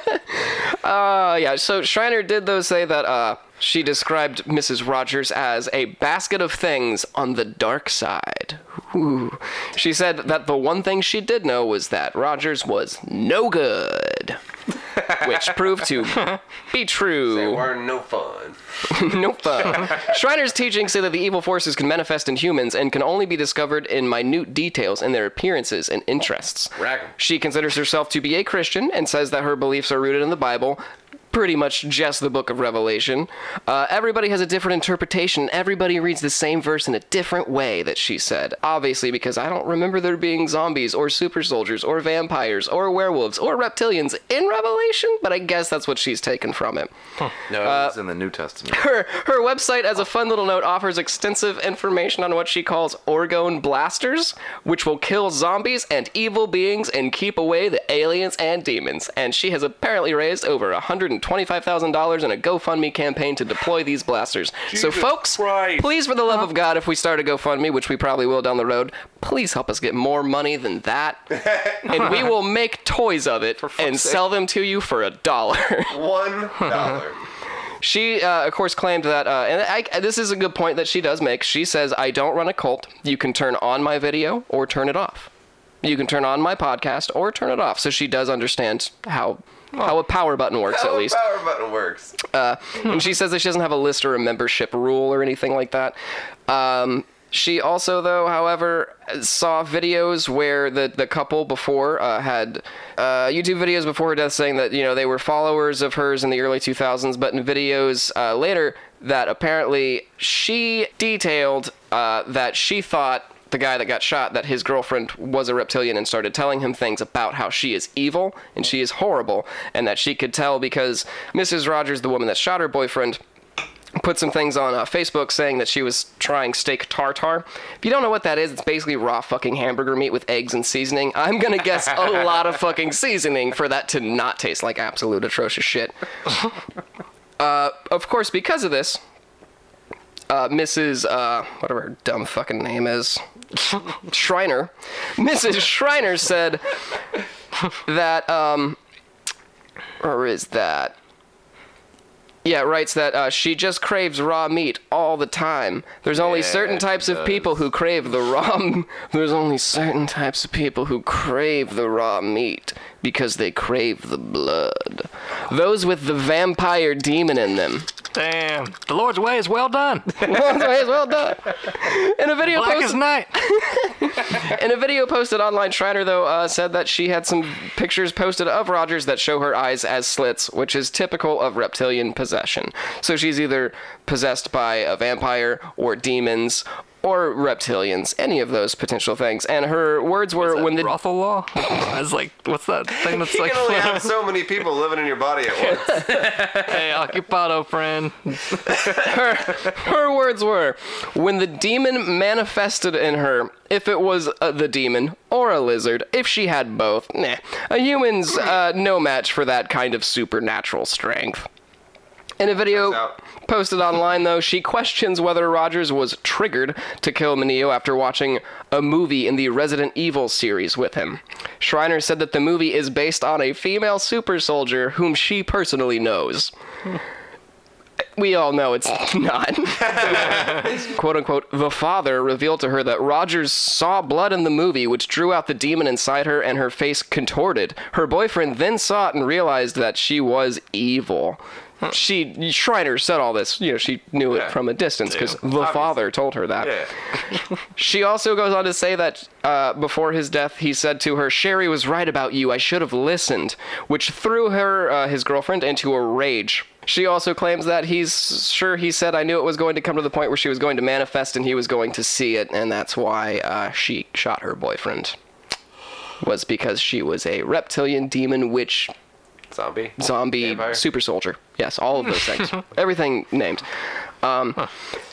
uh, yeah, so Shriner did, though, say that uh, she described Mrs. Rogers as a basket of things on the dark side. Ooh. She said that the one thing she did know was that Rogers was no good. which proved to be
They
true.
were no fun.
nope. uh, Shriner's teachings say that the evil forces can manifest in humans and can only be discovered in minute details in their appearances and interests.
Rack 'em.
She considers herself to be a Christian and says that her beliefs are rooted in the Bible, pretty much just the book of Revelation. Uh, everybody has a different interpretation. Everybody reads the same verse in a different way, that she said. Obviously, because I don't remember there being zombies or super soldiers or vampires or werewolves or reptilians in Revelation, but I guess that's what she's taken from it.
No,
Uh,
it's in the New Testament.
Her, her website, as a fun little note, offers extensive information on what she calls orgone blasters, which will kill zombies and evil beings and keep away the aliens and demons. And she has apparently raised over $125,000 in a GoFundMe campaign to deploy these blasters. so, folks, please, for the love of God, if we start a GoFundMe, which we probably will down the road, please help us get more money than that. and we will make toys of it and sell them to you for a dollar.
One dollar.
She, uh, of course, claimed that, uh, and I, this is a good point that she does make. She says, I don't run a cult. You can turn on my video or turn it off. You can turn on my podcast or turn it off. So she does understand how. How a power button works,
How
at
the
least.
power button works.
And she says that she doesn't have a list or a membership rule or anything like that. Um, she also, though, however, saw videos where the, the couple before uh, had uh, YouTube videos before her death saying that, you know, they were followers of hers in the early 2000s, but in videos uh, later that apparently she detailed uh, that she thought the guy that got shot that his girlfriend was a reptilian and started telling him things about how she is evil and she is horrible and that she could tell because Mrs. Rogers, the woman that shot her boyfriend, put some things on uh, Facebook saying that she was trying steak tartare. If you don't know what that is, it's basically raw fucking hamburger meat with eggs and seasoning. I'm gonna guess a lot of fucking seasoning for that to not taste like absolute atrocious shit. uh, of course, because of this, uh, Mrs. Uh, whatever her dumb fucking name is, Shriner. Mrs. Shriner said that, um, or is that? Yeah, writes that uh, she just craves raw meat all the time. There's only
Yeah,
certain
she
types of
does.
people who crave the raw. m- There's only certain types of people who crave the raw meat because they crave the blood. Those with the vampire demon in them.
Damn. The Lord's way is well done.
well, well done. In a video
Black
post,
as night.
in a video posted online, Shriner though uh, said that she had some pictures posted of Rogers that show her eyes as slits, which is typical of reptilian possession. So she's either possessed by a vampire or demons or reptilians, any of those potential things. And her words were when the
Brothel law? I was like, what's that thing that's
You
like,
can only have so many people living in your body at once.
hey, occupado friend?
her, her words were when the demon manifested in her if it was uh, the demon or a lizard if she had both nah a human's uh, no match for that kind of supernatural strength in a video
Checks out.
posted online, though, she questions whether Rogers was triggered to kill Mineo after watching a movie in the Resident Evil series with him. Shriner said that the movie is based on a female super soldier whom she personally knows. We all know it's not. Quote unquote, the father revealed to her that Rogers saw blood in the movie, which drew out the demon inside her and her face contorted. Her boyfriend then saw it and realized that she was evil. She, Schreiner said all this, you know, she knew it
Yeah.
from a distance because the father told her that.
Yeah.
She also goes on to say that uh, before his death, he said to her, "Sherry was right about you. I should have listened," which threw her, uh, his girlfriend, into a rage. She also claims that he's sure he said, "I knew it was going to come to the point where she was going to manifest, and he was going to see it, and that's why uh, she shot her boyfriend." Was because she was a reptilian demon witch
Zombie.
zombie
Vampire.
super soldier. Yes, all of those things. Everything named. Um,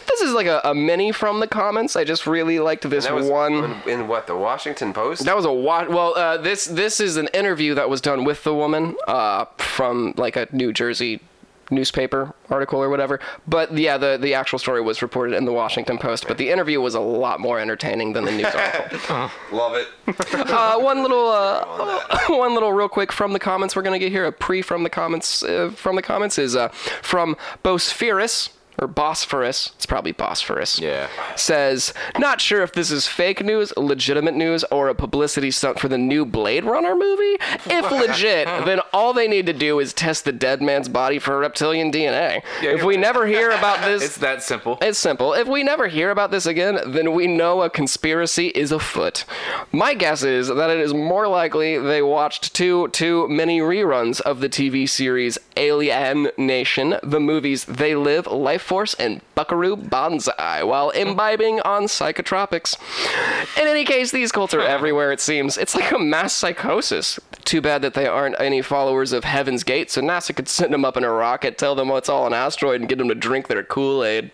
This is like a, a mini from the comments. I just really liked this
That was
one.
in, in what the Washington Post.
That was a wa- well. Uh, this this is an interview that was done with the woman uh, from like a New Jersey newspaper article or whatever. But yeah, the the actual story was reported in the Washington Post. But the interview was a lot more entertaining than the news article.
Love it.
uh, one little uh,
On that.
one little real quick from the comments we're gonna get here a pre from the comments uh, from the comments is uh, from Bosphorus or Bosphorus, it's probably Bosphorus,
Yeah.
says, Not sure if this is fake news, legitimate news, or a publicity stunt for the new Blade Runner movie. If legit, then all they need to do is test the dead man's body for reptilian DNA. if
you're
we
right.
never hear about this,
It's that simple.
it's simple. If we never hear about this again, then we know a conspiracy is afoot. My guess is that it is more likely they watched too too many reruns of the TV series Alien Nation, the movies They Live, Life Force, and Buckaroo Banzai, while imbibing on psychotropics. In any case, these cults are everywhere. It seems it's like a mass psychosis. Too bad that they aren't any followers of Heaven's Gate, so NASA could send them up in a rocket, tell them it's all an asteroid, and get them to drink their Kool Aid.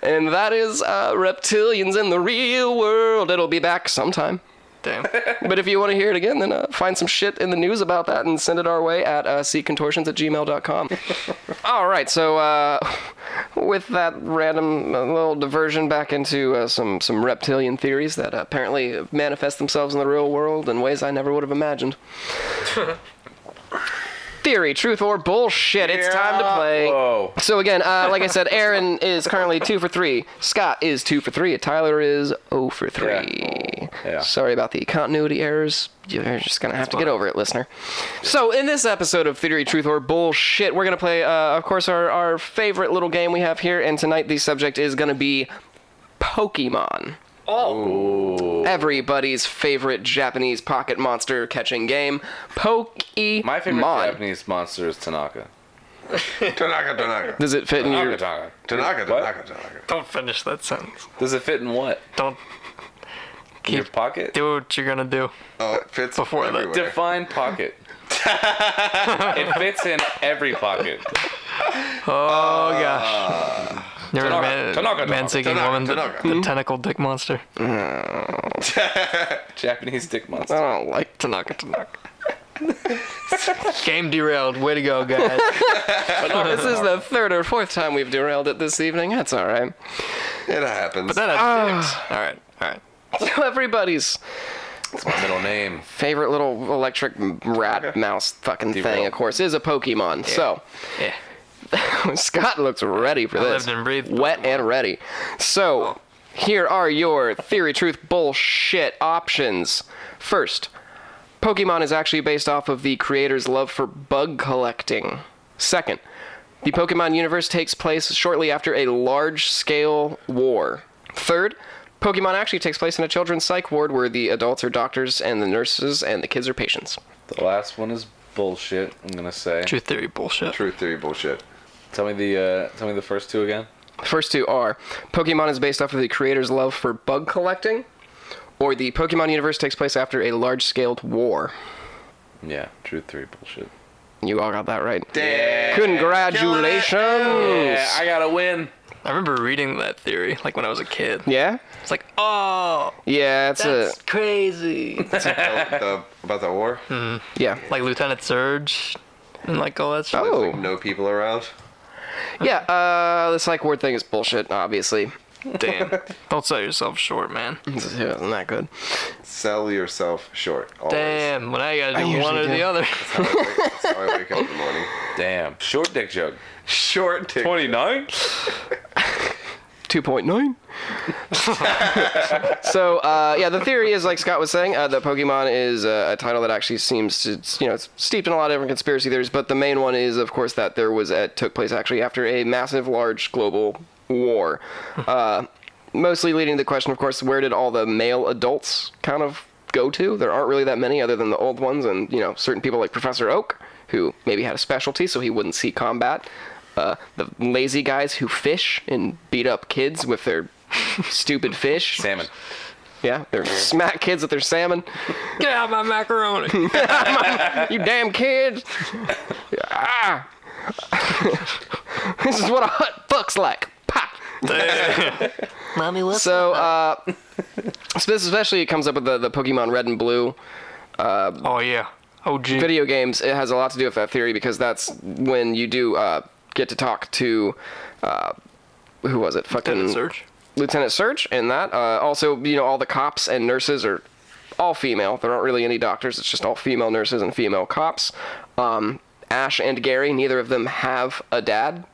And that is uh, Reptilians in the Real World. It'll be back sometime.
Damn.
But if you want to hear it again, then uh, find some shit in the news about that and send it our way at uh, ccontortions at gmail.com. All right, so uh, with that random uh, little diversion back into uh, some, some reptilian theories that apparently manifest themselves in the real world in ways I never would have imagined. Theory, truth, or bullshit. It's time to play.
Whoa.
So again, uh, like I said, Aaron is currently two for three. Scott is two for three. Tyler is zero for three.
Yeah.
Sorry about the continuity errors. You're just gonna have to get over it, listener. So in this episode of Theory, Truth, or Bullshit, we're gonna play, uh, of course, our our favorite little game we have here. And tonight, the subject is gonna be Pokemon. Oh. Everybody's favorite Japanese pocket monster catching game, Pokemon.
My favorite Japanese monster is Tanaka.
Tanaka, Tanaka.
Does it fit in your?
Tanaka, Tanaka.
Tanaka,
What?
Tanaka, Tanaka.
Don't finish that sentence.
Does it fit in what?
Don't
In your
Keep-
pocket?
do what you're gonna do.
Oh, it fits
Before that,
everywhere.
Define pocket. it fits in every pocket.
Oh gosh. You're a
Tanaka,
man,
Tanaka,
man seeking
Tanaka,
woman, the-
Tanaka.
the, tentacle dick monster.
Japanese dick monster.
I don't like
Tanaka, Tanaka. Game derailed. Way to go, guys.
This is the third or fourth time we've derailed it this evening. That's all right.
It happens.
That had six. All right, all right.
So everybody's
It's my middle name.
favorite little electric rat mouse fucking thing,
Derailed.
of course, is a Pokemon. So
Yeah.
Scott looks ready for this.
lived and breathed
Wet and ready. So here are your theory, truth, bullshit options. First, Pokemon is actually based off of the creator's love for bug collecting. Second, the Pokemon universe takes place shortly after a large scale war. Third, Pokemon actually takes place in a children's psych ward where the adults are doctors and the nurses and the kids are patients.
The last one is bullshit, I'm gonna say.
True theory bullshit.
Truth theory bullshit.
Tell me the uh, tell me the first two again.
First two are Pokemon is based off of the creator's love for bug collecting, or the Pokemon universe takes place after a large scaled war.
Yeah, truth three bullshit.
You all got that right.
Damn.
Congratulations!
I gotta win.
I remember reading that theory like when I was a kid.
Yeah?
It's like, oh,
Yeah, it's a.
that's crazy.
The, about the war?
Yeah.
like Lieutenant Surge and like all that stuff.
Oh.
Like, no people around?
Yeah, uh, this like word thing is bullshit, obviously.
Damn. Don't sell yourself short, man.
It wasn't that good.
Sell yourself short. Always.
Damn. When I gotta do
usually
one or
do.
the other.
That's how I wake- that's how I wake up in the morning.
Damn. Short dick joke.
Short dick.
Twenty nine.
2.9. so uh, yeah, the theory is like Scott was saying uh, that Pokemon is uh, a title that actually seems to you know it's steeped in a lot of different conspiracy theories, but the main one is of course that there was a, took place actually after a massive, large global war, uh, mostly leading to the question, of course, where did all the male adults kind of go to? There aren't really that many other than the old ones, and you know certain people like Professor Oak who maybe had a specialty so he wouldn't see combat. Uh, the lazy guys who fish and beat up kids with their stupid fish.
Salmon.
Yeah, they're smack kids with their salmon.
Get out of my macaroni.
You damn kids! ah! this is what a hut fucks like. Pop!
Mommy, what's
So, uh, so this especially comes up with the, the Pokemon Red and Blue
Oh, yeah. OG.
video games. It has a lot to do with that theory because that's when you do uh, get to talk to uh, who was it? Fucking
Lieutenant Surge.
Lieutenant Surge and that. Uh, also, you know, all the cops and nurses are all female. There aren't really any doctors. It's just all female nurses and female cops. Um, Ash and Gary, neither of them have a dad.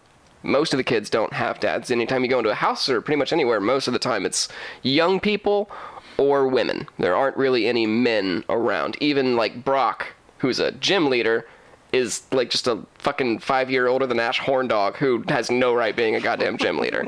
Most of the kids don't have dads. Anytime you go into a house or pretty much anywhere, most of the time it's young people or women. There aren't really any men around. Even like Brock, who's a gym leader, is like just a fucking five year older than Ash horn dog who has no right being a goddamn gym leader.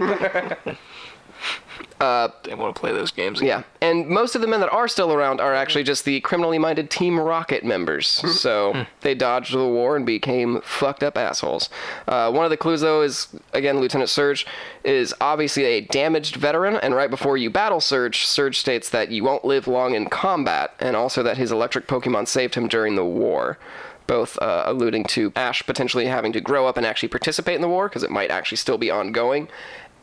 They want to play those games.
Yeah, and most of the men that are still around are actually just the criminally minded Team Rocket members. So they dodged the war and became fucked up assholes. Uh, one of the clues, though, is again Lieutenant Surge is obviously a damaged veteran, and right before you battle Surge, Surge states that you won't live long in combat, and also that his electric Pokemon saved him during the war. Both uh, alluding to Ash potentially having to grow up and actually participate in the war because it might actually still be ongoing,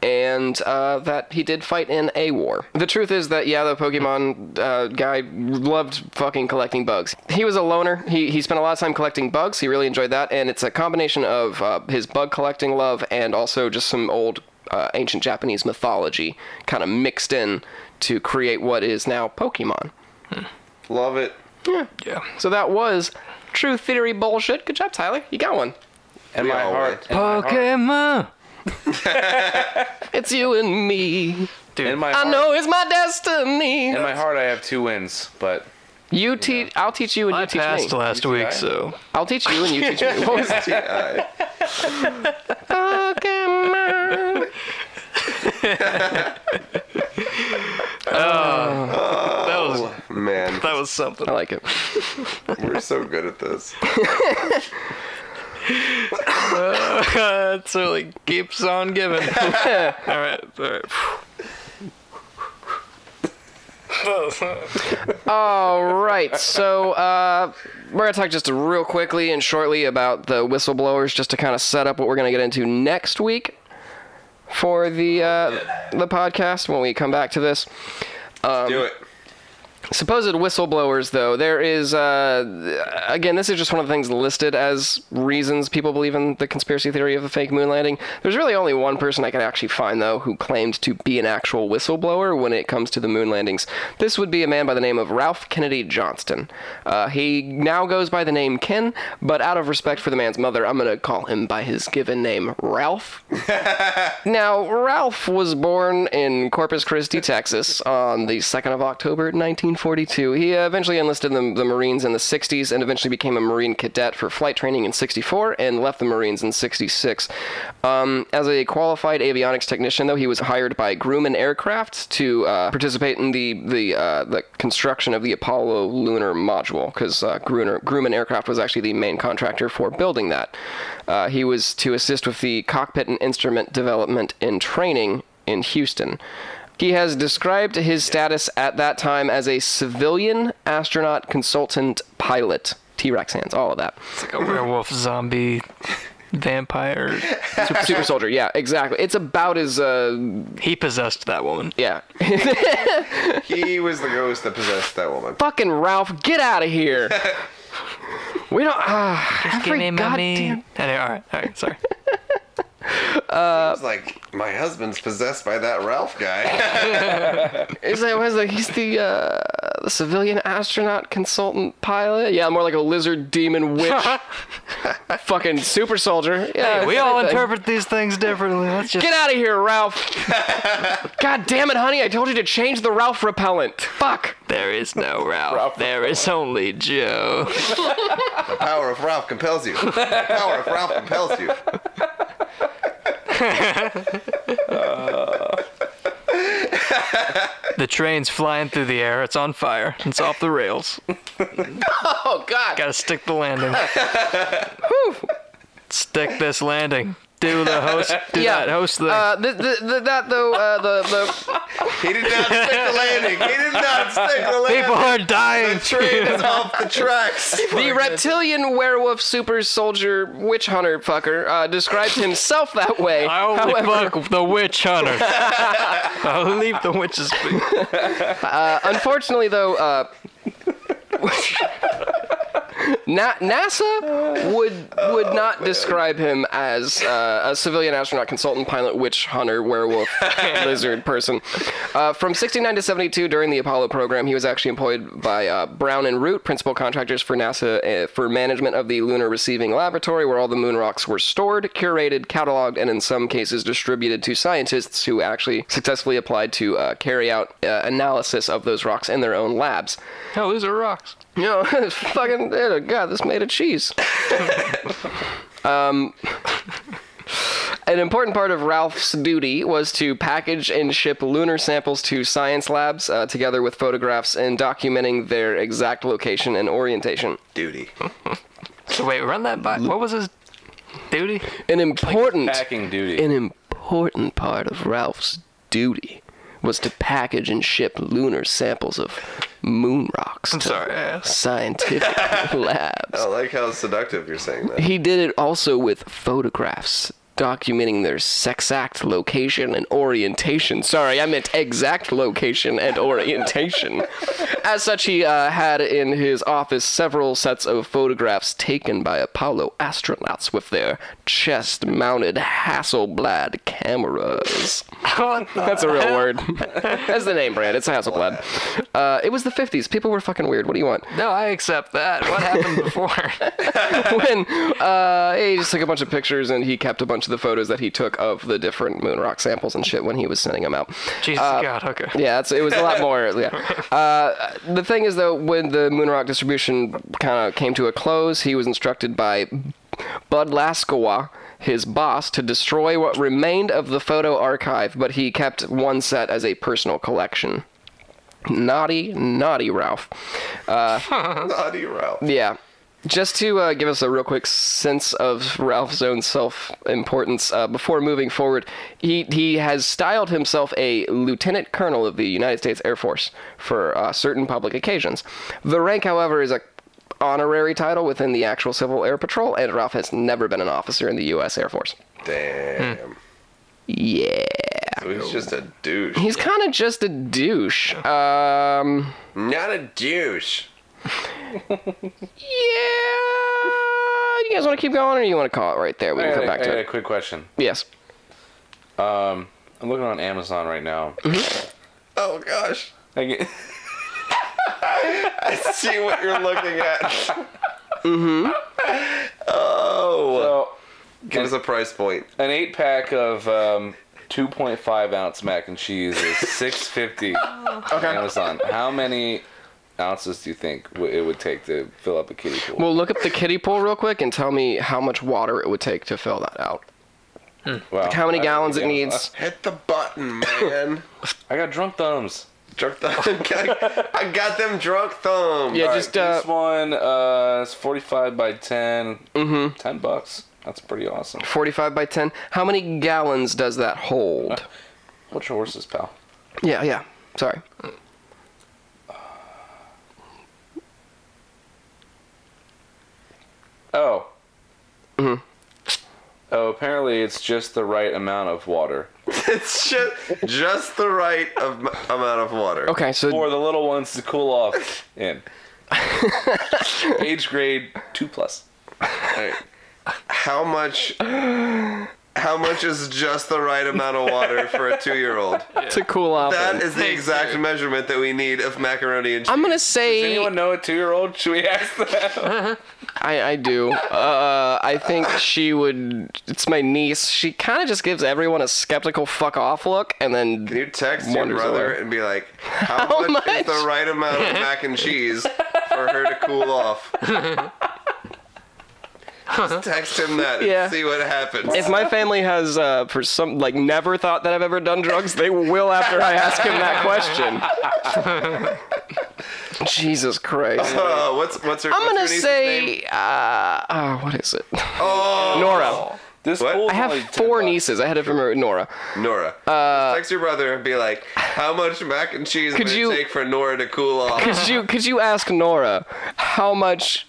and uh, that he did fight in a war. The truth is that yeah, the Pokemon uh, guy loved fucking collecting bugs. He was a loner. He he spent a lot of time collecting bugs. He really enjoyed that, and it's a combination of uh, his bug collecting love and also just some old uh, ancient Japanese mythology kind of mixed in to create what is now Pokemon.
Love it.
Yeah.
So that was True Theory bullshit. Good job, Tyler. You got one.
And my
all
heart, in my heart,
Pokemon.
It's you and me.
in my
I
heart,
know it's my destiny.
in my heart, I have two wins, but
you teach. I'll teach you, and
I
you teach
passed
me.
last week, so
I'll teach you, and you teach me. What was it?
T.I..
Pokemon.
that was
Man,
that was something.
I like it.
we're so good at this.
it really keeps on giving. all right, all right.
All right, so uh, we're gonna talk just real quickly and shortly about the whistleblowers, just to kind of set up what we're gonna get into next week for the uh, the podcast when we come back to this.
Do it.
supposed whistleblowers though there is uh, again this is just one of the things listed as reasons people believe in the conspiracy theory of the fake moon landing there's really only one person i could actually find though who claimed to be an actual whistleblower when it comes to the moon landings this would be a man by the name of ralph kennedy johnston uh, he now goes by the name ken but out of respect for the man's mother i'm going to call him by his given name ralph now, Ralph was born in Corpus Christi, Texas, on the 2nd of October 1942. He uh, eventually enlisted in the, the Marines in the 60s and eventually became a Marine cadet for flight training in 64 and left the Marines in 66. Um, as a qualified avionics technician, though, he was hired by Grumman Aircraft to uh, participate in the the, uh, the construction of the Apollo lunar module because uh, Gruner, Grumman Aircraft was actually the main contractor for building that. Uh, he was to assist with the cockpit and instrument development and training in Houston. He has described his status at that time as a civilian astronaut consultant pilot. T Rex hands, all of that.
It's like a werewolf, zombie, vampire.
Super, super soldier, yeah, exactly. It's about as, uh,
He possessed that woman.
yeah.
He was the ghost that possessed that woman.
Fucking Ralph, get out of here. we don't. ah, every goddamn-
Anyway, all right, all right. Sorry.
It's like my husband's possessed by that Ralph guy.
Is that was like he's the uh, the civilian astronaut consultant pilot? Yeah, more like a lizard demon witch. Fucking super soldier. Yeah,
we
it's
all
anything.
interpret these things differently. Let's just
Get out of here, Ralph. God damn it, honey! I told you to change the Ralph repellent. Fuck.
There is no Ralph. there is only Joe.
the power of Ralph compels you. The power of Ralph compels you.
The train's flying through the air. It's on fire. It's off the rails.
Oh God.
Gotta stick the landing. stick this landing. Do the host. Do that host thing.
Uh, th- th- th- that though, uh, the the
He did not stick the landing. He did not stick the landing.
People are
The
dying.
train is off the tracks.
the reptilian werewolf super soldier witch hunter fucker uh, described himself that way.
I only
However,
fuck the witch hunter. I'll leave the witches be.
uh, Unfortunately, though, uh, Na- NASA would would not describe him as uh, a civilian astronaut, consultant, pilot, witch hunter, werewolf, lizard person. Uh, from 69 to 72, during the Apollo program, he was actually employed by uh, Brown and Root, principal contractors for NASA, uh, for management of the Lunar Receiving Laboratory, where all the moon rocks were stored, curated, cataloged, and in some cases distributed to scientists who actually successfully applied to uh, carry out uh, analysis of those rocks in their own labs.
Hell, these are rocks.
You know, it's fucking, oh God, this made of cheese. um, an important part of Ralph's duty was to package and ship lunar samples to science labs, uh, together with photographs and documenting their exact location and orientation.
Duty.
So wait, run that by. What was his duty?
An important,
Packing duty.
an important part of Ralph's duty was to package and ship lunar samples of moon rocks
I'm
to
sorry. yeah.
scientific labs.
I like how seductive you're saying that.
He did it also with photographs documenting their sex act, location, and orientation. Sorry, I meant exact location and orientation. As such, he uh, had in his office several sets of photographs taken by Apollo astronauts with their chest mounted Hasselblad cameras. That's a real word. That's the name brand. It's Hasselblad. Uh, it was the 50s. People were fucking weird. What do you want?
No, I accept that. What happened before?
when uh, he just took a bunch of pictures and he kept a bunch of the photos that he took of the different moon rock samples and shit when he was sending them out.
Jesus God. Okay.
Yeah, it's, it was a lot more. Yeah. Uh, the thing is, though, when the moon rock distribution kind of came to a close, he was instructed by Bud Laskawa, his boss, to destroy what remained of the photo archive, but he kept one set as a personal collection. Naughty, naughty Ralph.
Naughty Ralph.
Yeah. Just to uh, give us a real quick sense of Ralph's own self-importance uh, before moving forward, he he has styled himself a lieutenant colonel of the United States Air Force for uh, certain public occasions. The rank, however, is a honorary title within the actual Civil Air Patrol, and Ralph has never been an officer in the U.S. Air Force.
Damn.
Yeah.
So he's just a douche.
He's kind of just a douche. Um,
Not a douche.
yeah. You guys want to keep going, or you want to call it right there? We
I
can
got,
come
a,
back
I got
to
a
it.
quick question.
Yes.
I'm looking on Amazon right now.
Oh gosh.
I get-
I see what you're looking at. mm-hmm. Oh.
so,
Give us a price point.
an eight pack of um, 2.5 ounce mac and cheese is 650
Oh.
on Amazon. How many ounces do you think w- it would take to fill up a kiddie pool?
Well, look up the kiddie pool real quick and tell me how much water it would take to fill that out.
Wow,
How many
I-
gallons it
yeah.
needs.
Hit the button, man.
I got drunk thumbs.
drunk thumb. I got them drunk thumb.
Yeah,
All
just,
right,
uh,
this one uh, is 45 by 10. Mm-hmm. 10 bucks. That's pretty awesome.
45 by 10. How many gallons does that hold?
What's your horses, pal?
Yeah, yeah. Sorry.
Oh. Mm-hmm. Oh, apparently it's just the right amount of water.
it's just, just the right of, amount of water.
Okay, so
For the little ones to cool off in. Age grade 2 plus.
Alright. How much? How much is just the right amount of water for a two-year-old?
to cool off.
That is the exact measurement that we need of macaroni and cheese.
I'm going to
Does
say
anyone know a two year old? Should we ask them?
I, I do. Uh, I think she would. It's my niece. She kind of just gives everyone a skeptical fuck off look and then
Can you text your
Wonders
brother
away.
and be like, how,
How
much,
much?
is the right amount of mac and cheese for her to cool off? Just text him that and
Yeah.
see what happens.
If my family has, uh, for some, like, never thought that I've ever done drugs, they will after I ask him that question. Jesus Christ.
Uh, what's what's her?
I'm
what's her
gonna
niece's name?
say, uh, oh, what is it?
Oh,
Nora.
This
What?
pool's
I have
only 10
four
bucks.
nieces. I had to remember Nora.
Nora. Just text your brother and be like, how much mac and cheese
Uh, Could
would
you-
it take for Nora to cool off?
Could you could you ask Nora how much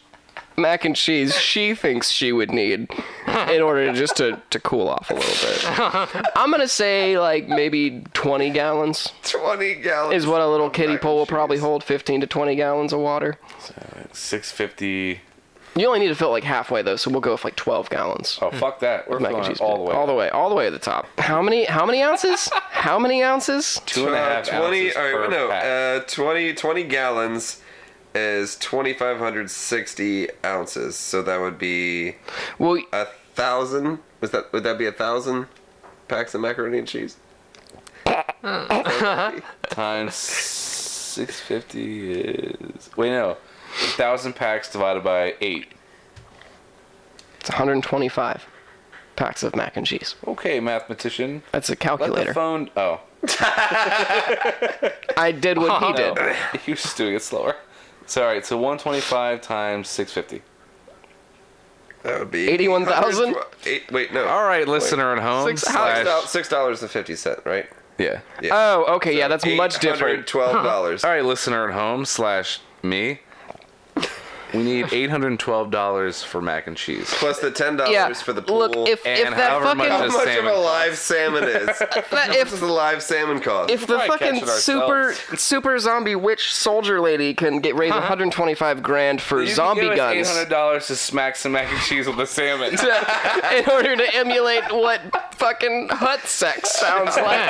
mac and cheese she thinks she would need in order to just to, to cool off a little bit? I'm gonna say like maybe 20 gallons.
Twenty gallons.
is what a little kiddie
mac
pool
and
will probably
cheese.
hold 15 to 20 gallons of water.
650
You only need to fill it like halfway though, so we'll go with like 12 gallons.
Oh, fuck that. We're
of mac
going
and cheese
all
pit.
the way.
all the way, all the way to the top. How many? How many ounces? how many ounces?
Two and a half
Uh, 20,
ounces
all right,
per
no,
pack.
uh, 20, 20 gallons is 2,560 ounces. So that would be
Well,
a thousand. Was that, would that be a thousand packs of macaroni and cheese?
Uh.
times 650 is. Wait, no. 1,000 packs divided by 8.
it's 125 packs of mac and cheese.
Okay, mathematician.
That's a
Let
calculator.
the phone. Oh.
I did what he did.
You're just doing it slower. So, alright, so 125 times 650.
That would be
81,000?
Eight- Wait, no.
Alright, listener at home.
Six
slash-
About Six dollars and fifty cent, right?
Yeah.
Oh, okay, yeah, that's much different.
Twelve dollars.
All right, listener at home slash me. We need eight hundred and twelve dollars for mac and cheese.
plus the ten dollars
Yeah.
for the pool.
Look, if
and
if that
however much
fucking
how
is-
much
salmon
of a
cost.
live salmon is?
that-
How much does
if
a live salmon cost?
if the
Probably catch
fucking
it
super
ourselves.
super zombie witch soldier lady can get raised 125 grand for zombie
Eight
guns
hundred dollars to smack some mac and cheese with a salmon.
in order to emulate what fucking hut sex sounds like.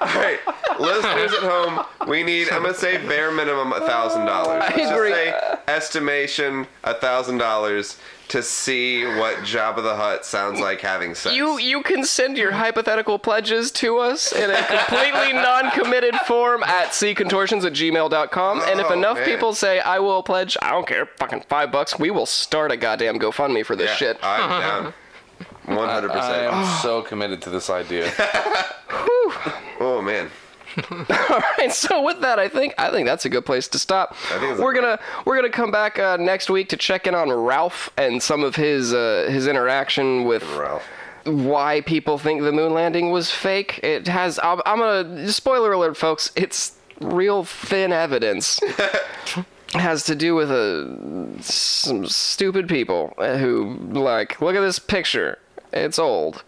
All right, listeners at home, we need. I'm gonna say bare minimum a thousand dollars.
I agree.
estimation a thousand dollars to see what Jabba the Hutt sounds like having sex.
You you can send your hypothetical pledges to us in a completely non-committed form at ccontortions at gmail.com. and if
Oh,
enough
man.
people say I will pledge, I don't care, fucking five bucks, we will start a goddamn GoFundMe for this
Yeah, uh,
shit.
I'm down. One hundred
I
percent.
Oh.
am so committed to this idea.
Oh man.
And so with that, I think I think that's a good place to stop.
think it's a
we're gonna we're gonna come back uh, next week to check in on Ralph and some of his uh, his interaction with
Ralph.
why people think the moon landing was fake. It has I'm, I'm gonna spoiler alert, folks. It's real thin evidence. It Has to do with uh, some stupid people uh, who like look at this picture. It's old.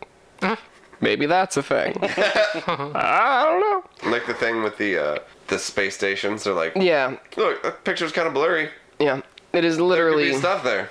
Maybe that's a thing. I don't know.
Like the thing with the uh, the space stations. They're like,
Yeah,
look, that picture's kind of blurry.
Yeah, it is
There could
literally
be stuff there.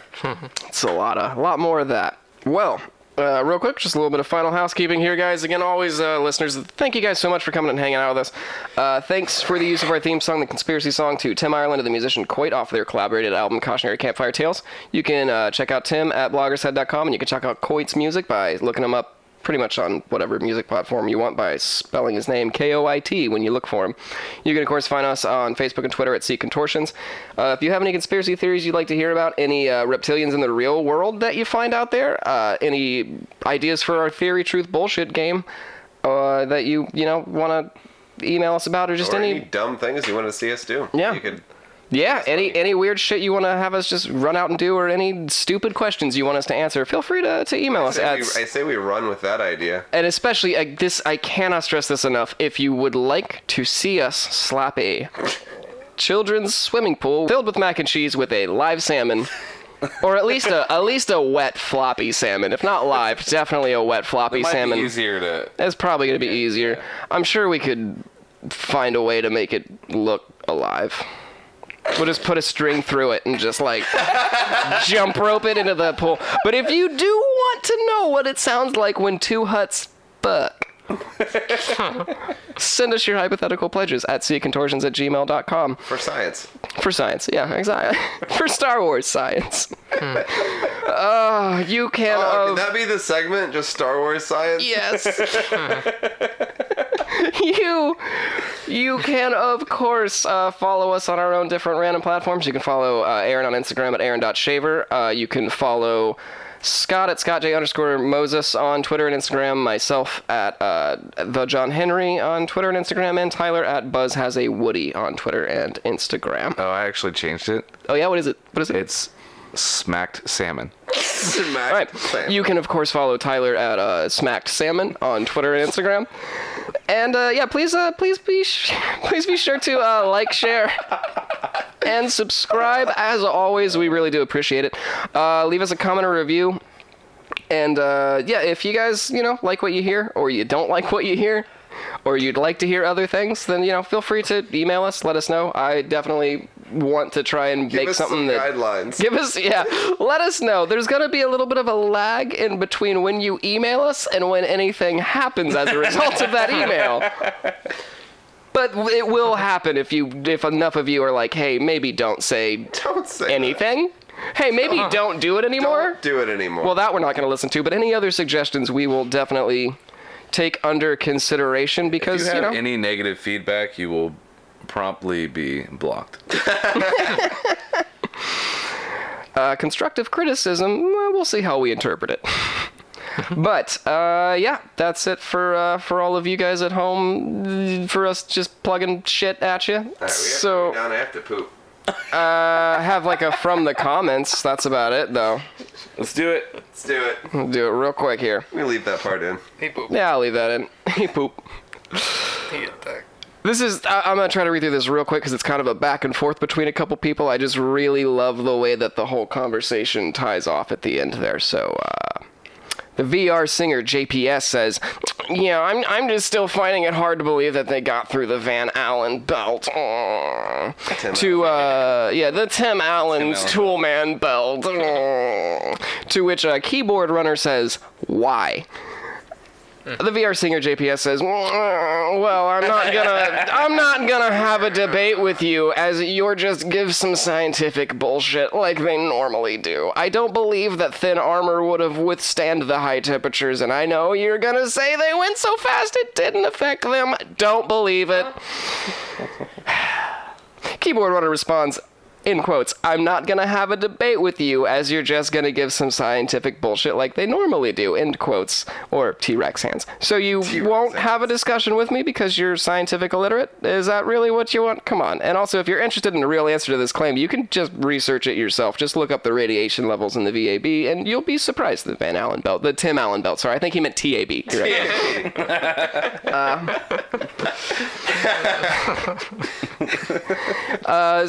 it's a lot of a lot more of that. Well, uh, real quick, just a little bit of final housekeeping here, guys. Again, always uh, listeners, thank you guys so much for coming and hanging out with us. Uh, thanks for the use of our theme song, the conspiracy song, to Tim Ireland and the musician Quite off their collaborated album Cautionary Campfire Tales. You can uh, check out Tim at bloggershead.com, and you can check out Coit's music by looking him up pretty much on whatever music platform you want by spelling his name K-O-I-T when you look for him. You can of course find us on Facebook and Twitter at Seek Contortions. Uh, if you have any conspiracy theories you'd like to hear about, any uh, reptilians in the real world that you find out there, uh, any ideas for our theory truth bullshit game uh, that you you know want to email us about, or just
Or
any,
any dumb things you want to see us do.
Yeah.
You could
yeah any any weird shit you want to have us just run out and do, or any stupid questions you want us to answer, feel free to, to email us
I
at
say, we, I say we run with that idea.
and especially uh, this i cannot stress this enough if you would like to see us slap a children's swimming pool filled with mac and cheese with a live salmon or at least a at least a wet floppy salmon if not live definitely a wet floppy
Might
salmon
be easier to.
that's probably going to be easier i'm sure we could find a way to make it look alive We'll just put a string through it and just like jump rope it into the pool. But if you do want to know what it sounds like when two huts fuck, send us your hypothetical pledges at contortions at gmail.com
For science.
for science. Yeah, exactly. for Star Wars science. uh, you can.
Oh,
of-
could that be the segment? Just Star Wars science?
Yes. you you can of course uh, follow us on our own different random platforms. You can follow uh, Aaron on Instagram at aaron.shaver. Uh, you can follow Scott at Scott J underscore Moses on Twitter and Instagram. Myself at uh, the John Henry on Twitter and Instagram, and Tyler at Buzz has a Woody on Twitter and Instagram.
Oh, I actually changed it.
Oh yeah, what is it? What is it?
It's smacked salmon.
Smack
All right.
slam.
You can of course follow Tyler at uh, Smacked Salmon on Twitter and Instagram. And uh, yeah, please, uh, please be, sh- please be sure to uh, like, share, and subscribe. As always, we really do appreciate it. Uh, leave us a comment or review. And uh, yeah, if you guys you know like what you hear, or you don't like what you hear, or you'd like to hear other things, then you know feel free to email us. Let us know. I definitely want to try and
Give
make
us some
something that
guidelines.
Give us, yeah. Let us know. There's going to be a little bit of a lag in between when you email us and when anything happens as a result of that email. But it will happen if you if enough of you are like, "Hey, maybe don't say
Don't say that.
anything." Hey, maybe don't do it anymore.
Don't do it anymore.
Well, that we're not going to listen to, but any other suggestions we will definitely take under consideration
If
because
you
you,
have
know
any negative feedback, you will promptly be blocked.
uh, constructive criticism. Well, we'll see how we interpret it. but uh, yeah, that's it for uh, for all of you guys at home. For us just plugging shit at you.
All right, we have to
so
go down. I have to poop.
I have like a from the comments. That's about it though.
Let's do it.
Let's do it.
We'll do it real quick here.
We leave that part in.
He pooped.
Yeah, I'll leave that in. Hey poop.
He attacked.
This is. I, I'm gonna try to read through this real quick because it's kind of a back and forth between a couple people. I just really love the way that the whole conversation ties off at the end there. So. Uh, the VR singer JPS says, "Yeah, I'm I'm just still finding it hard to believe that they got through the Van Allen belt Aw.
Tim
to uh yeah the Tim Allen's
Allen.
Toolman belt." Aw. to which a keyboard runner says, "Why?" The VR singer JPS says, "Well, I'm not gonna, I'm not gonna have a debate with you, as you're just give some scientific bullshit like they normally do. I don't believe that thin armor would have withstand the high temperatures, and I know you're gonna say they went so fast it didn't affect them. Don't believe it." Keyboard Runner responds, in quotes, I'm not gonna have a debate with you as you're just gonna give some scientific bullshit like they normally do, end quotes, or T Rex hands. So you won't have a discussion with me because you're scientific illiterate? Is that really what you want? Come on. And also, if you're interested in a real answer to this claim, you can just research it yourself. Just look up the radiation levels in the VAB, and you'll be surprised. The Van Allen belt, the Tim Allen belt, sorry, I think he meant TAB. You're right.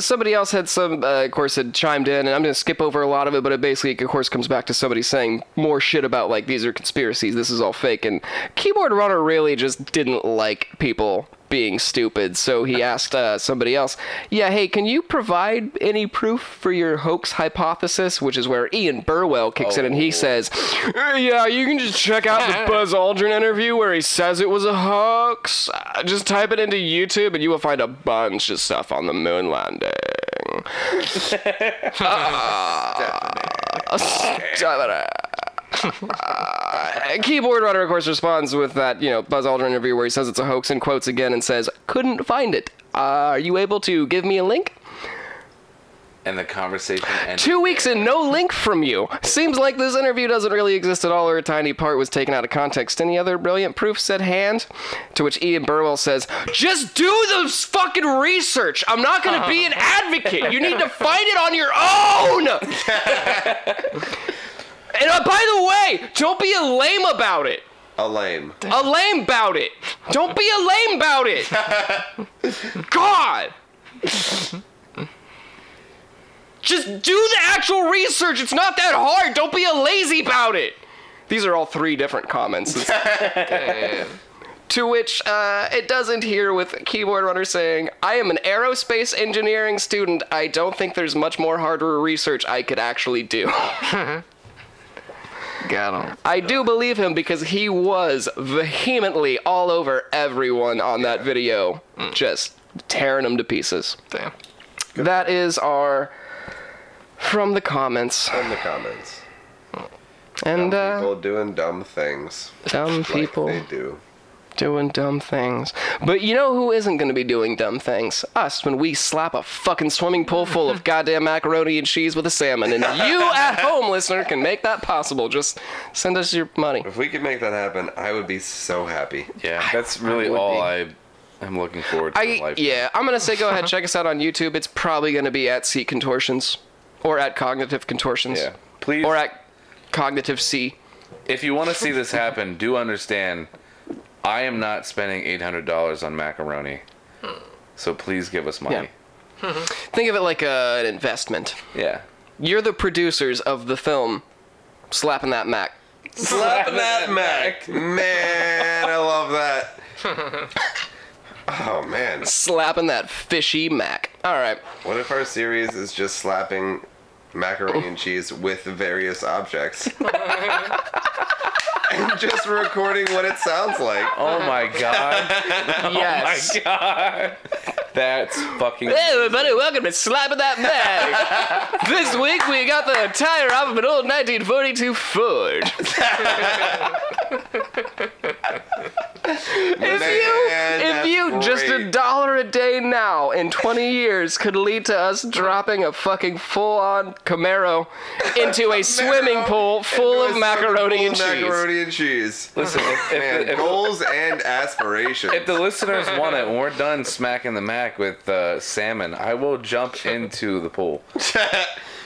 somebody else had some, uh, of course, had chimed in, and I'm going to skip over a lot of it, but it basically, of course, comes back to somebody saying more shit about, like, these are conspiracies, this is all fake. And Keyboard Runner really just didn't like people being stupid, so he asked uh, somebody else, yeah, hey, can you provide any proof for your hoax hypothesis? Which is where Ian Burwell kicks in, and he says, "Uh, yeah, you can just check out the Buzz Aldrin interview where he says it was a hoax. Uh, Just type it into YouTube, and you will find a bunch of stuff on the moon landing. Ah. Uh, Keyboard Runner, of course, responds with that, you know, Buzz Aldrin interview where he says it's a hoax and quotes again and says, couldn't find it. Uh, are you able to give me a link?
And the conversation ends.
Two weeks and no link from you. Seems like this interview doesn't really exist at all, or a tiny part was taken out of context. Any other brilliant proof? Said Hand. To which Ian Burwell says, "Just do the fucking research. I'm not going to be an advocate. You need to find it on your own." and uh, by the way, don't be a lame about it.
A lame.
A lame about it. Don't be a lame about it. God. Just do the actual research. It's not that hard. Don't be a lazy about it. These are all three different comments. It's- to which uh, it doesn't hear with keyboard runner saying, "I am an aerospace engineering student. I don't think there's much more harder research I could actually do."
Got him.
I do believe him because he was vehemently all over everyone on that video,
Mm.
just tearing them to pieces.
Damn.
That is our from the comments
In the comments.
and
Dumb
uh,
people doing dumb things.
dumb people
Like they do.
doing dumb things. But you know who isn't going to be doing dumb things? Us when we slap a fucking swimming pool full of goddamn macaroni and cheese with a salmon. And you at home, listener, can make that possible. Just send us your money.
If we could make that happen, I would be so happy.
Yeah, that's really
would
all
be.
I am looking forward to. in
I
life.
yeah, I'm gonna say go ahead check us out on YouTube. It's probably gonna be at C Contortions, or at Cognitive Contortions,
Yeah. Please,
or at Cognitive C.
if you want to see this happen, do understand I am not spending $800 on macaroni. So please give us money.
Think of it like uh an investment.
Yeah.
You're the producers of the film, slapping that Mac.
Slap that Mac. Man, I love that. oh, man.
slapping that fishy Mac. All right.
What if our series is just slapping macaroni
Oh.
and cheese with various objects? and just recording what it sounds like.
Oh my god.
Yes.
Oh god. That's fucking.
Hey everybody, welcome to Slapping That Mag. this week we got the tire off of an old 1942 Ford. if you,
Man,
if
that's
you just a
great.
dollar a day now in 20 years could lead to us dropping a fucking full-on Camaro into a swimming pool full
It
of
was
macaroni
full
and
of
cheese.
Macaroni and cheese.
Listen, if, if,
Man,
if-
goals and aspirations.
if the listeners want it, when we're done smacking the mac with uh, salmon, I will jump into the pool.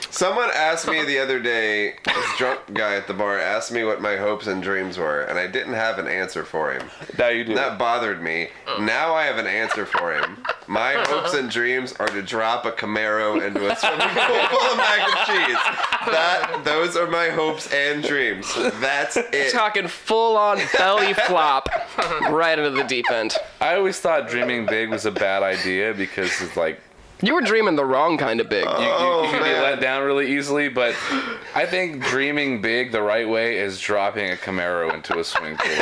Someone asked me the other day, this drunk guy at the bar asked me what my hopes and dreams were, and I didn't have an answer for him.
Now you do.
That bothered me.
Oh.
Now I have an answer for him. My hopes and dreams are to drop a Camaro into a swimming pool full of mac and cheese. That those are my hopes and dreams. That's it.
Talking full-on belly flop right into the deep end.
I always thought dreaming big was a bad idea because it's like
You were dreaming the wrong kind of big.
you,
Oh,
you can be
man.
let down really easily. But I think dreaming big the right way is dropping a Camaro into a swimming pool.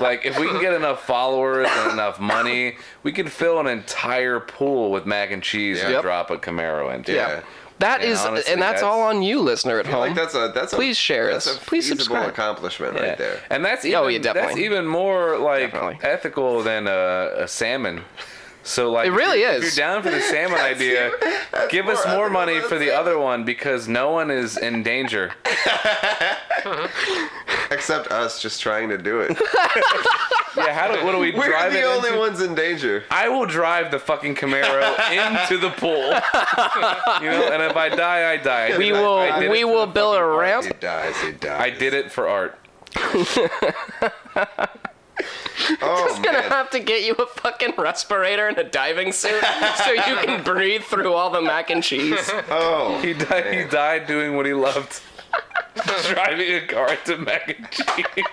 like if we can get enough followers and enough money, we could fill an entire pool with mac and cheese and
Yep.
drop a Camaro into.
Yeah.
it.
That
Yeah,
is,
honestly,
and that's,
that's-
all on you, listener at home.
Like that's a that's a
Please share
that's
us.
a
Please
feasible
subscribe.
accomplishment right there.
And that's even,
Oh, yeah,
That's
definitely.
even more like
Definitely.
ethical than a, a salmon. So like
It
if
really
you're-
is.
If you're down for the salmon idea, give us
more
more
ethical
money
than
for the other one because no one is in danger.
Except us just trying to do it.
Yeah, how do what do we
We're
drive
the
it
only
into?
ones in danger.
I will drive the fucking Camaro into the pool. you know, and if I die, I die.
we
I, I
will
did
we
it,
will build a
He
ramp.
dies. He dies.
I did it for art.
Oh
Gonna
man.
have to get you a fucking respirator and a diving suit so you can breathe through all the mac and cheese.
Oh.
He died. He died doing what he loved. Driving a car to mac and cheese.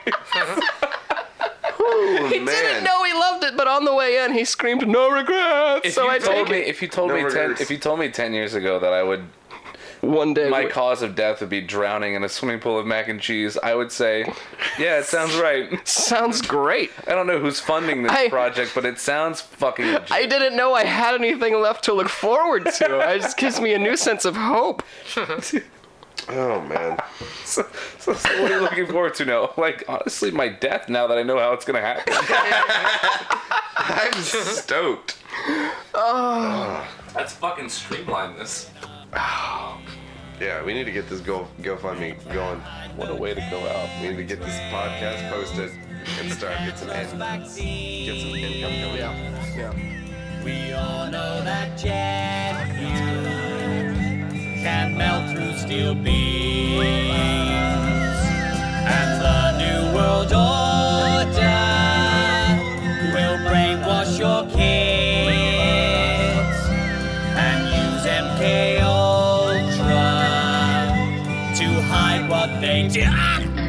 He didn't know he loved it, but on the way in he screamed, "No regrets!"
If
So
you
I
told
take
me,
it
if you told
No
me ten,
regrets.
if you told me ten years ago that I would,
one day.
my
we-
cause of death would be drowning in a swimming pool of mac and cheese, I would say, yeah, it sounds right.
sounds great.
I don't know who's funding this
I-
project, but it sounds fucking. Legit.
I didn't know I had anything left to look forward to. It just gives me a new sense of hope.
Oh man.
so, so, so what are you looking forward to now? Like honestly, my death now that I know how it's gonna happen.
I'm stoked.
Let's fucking streamline this.
Yeah, we need to get this Go GoFundMe going.
What a way to go out.
We need to get this podcast posted and start get some in, get some income coming.
We all know that jet fuel can melt through steel beams, and the new world order will brainwash your kids and use MK Ultra to hide what they did. Ah!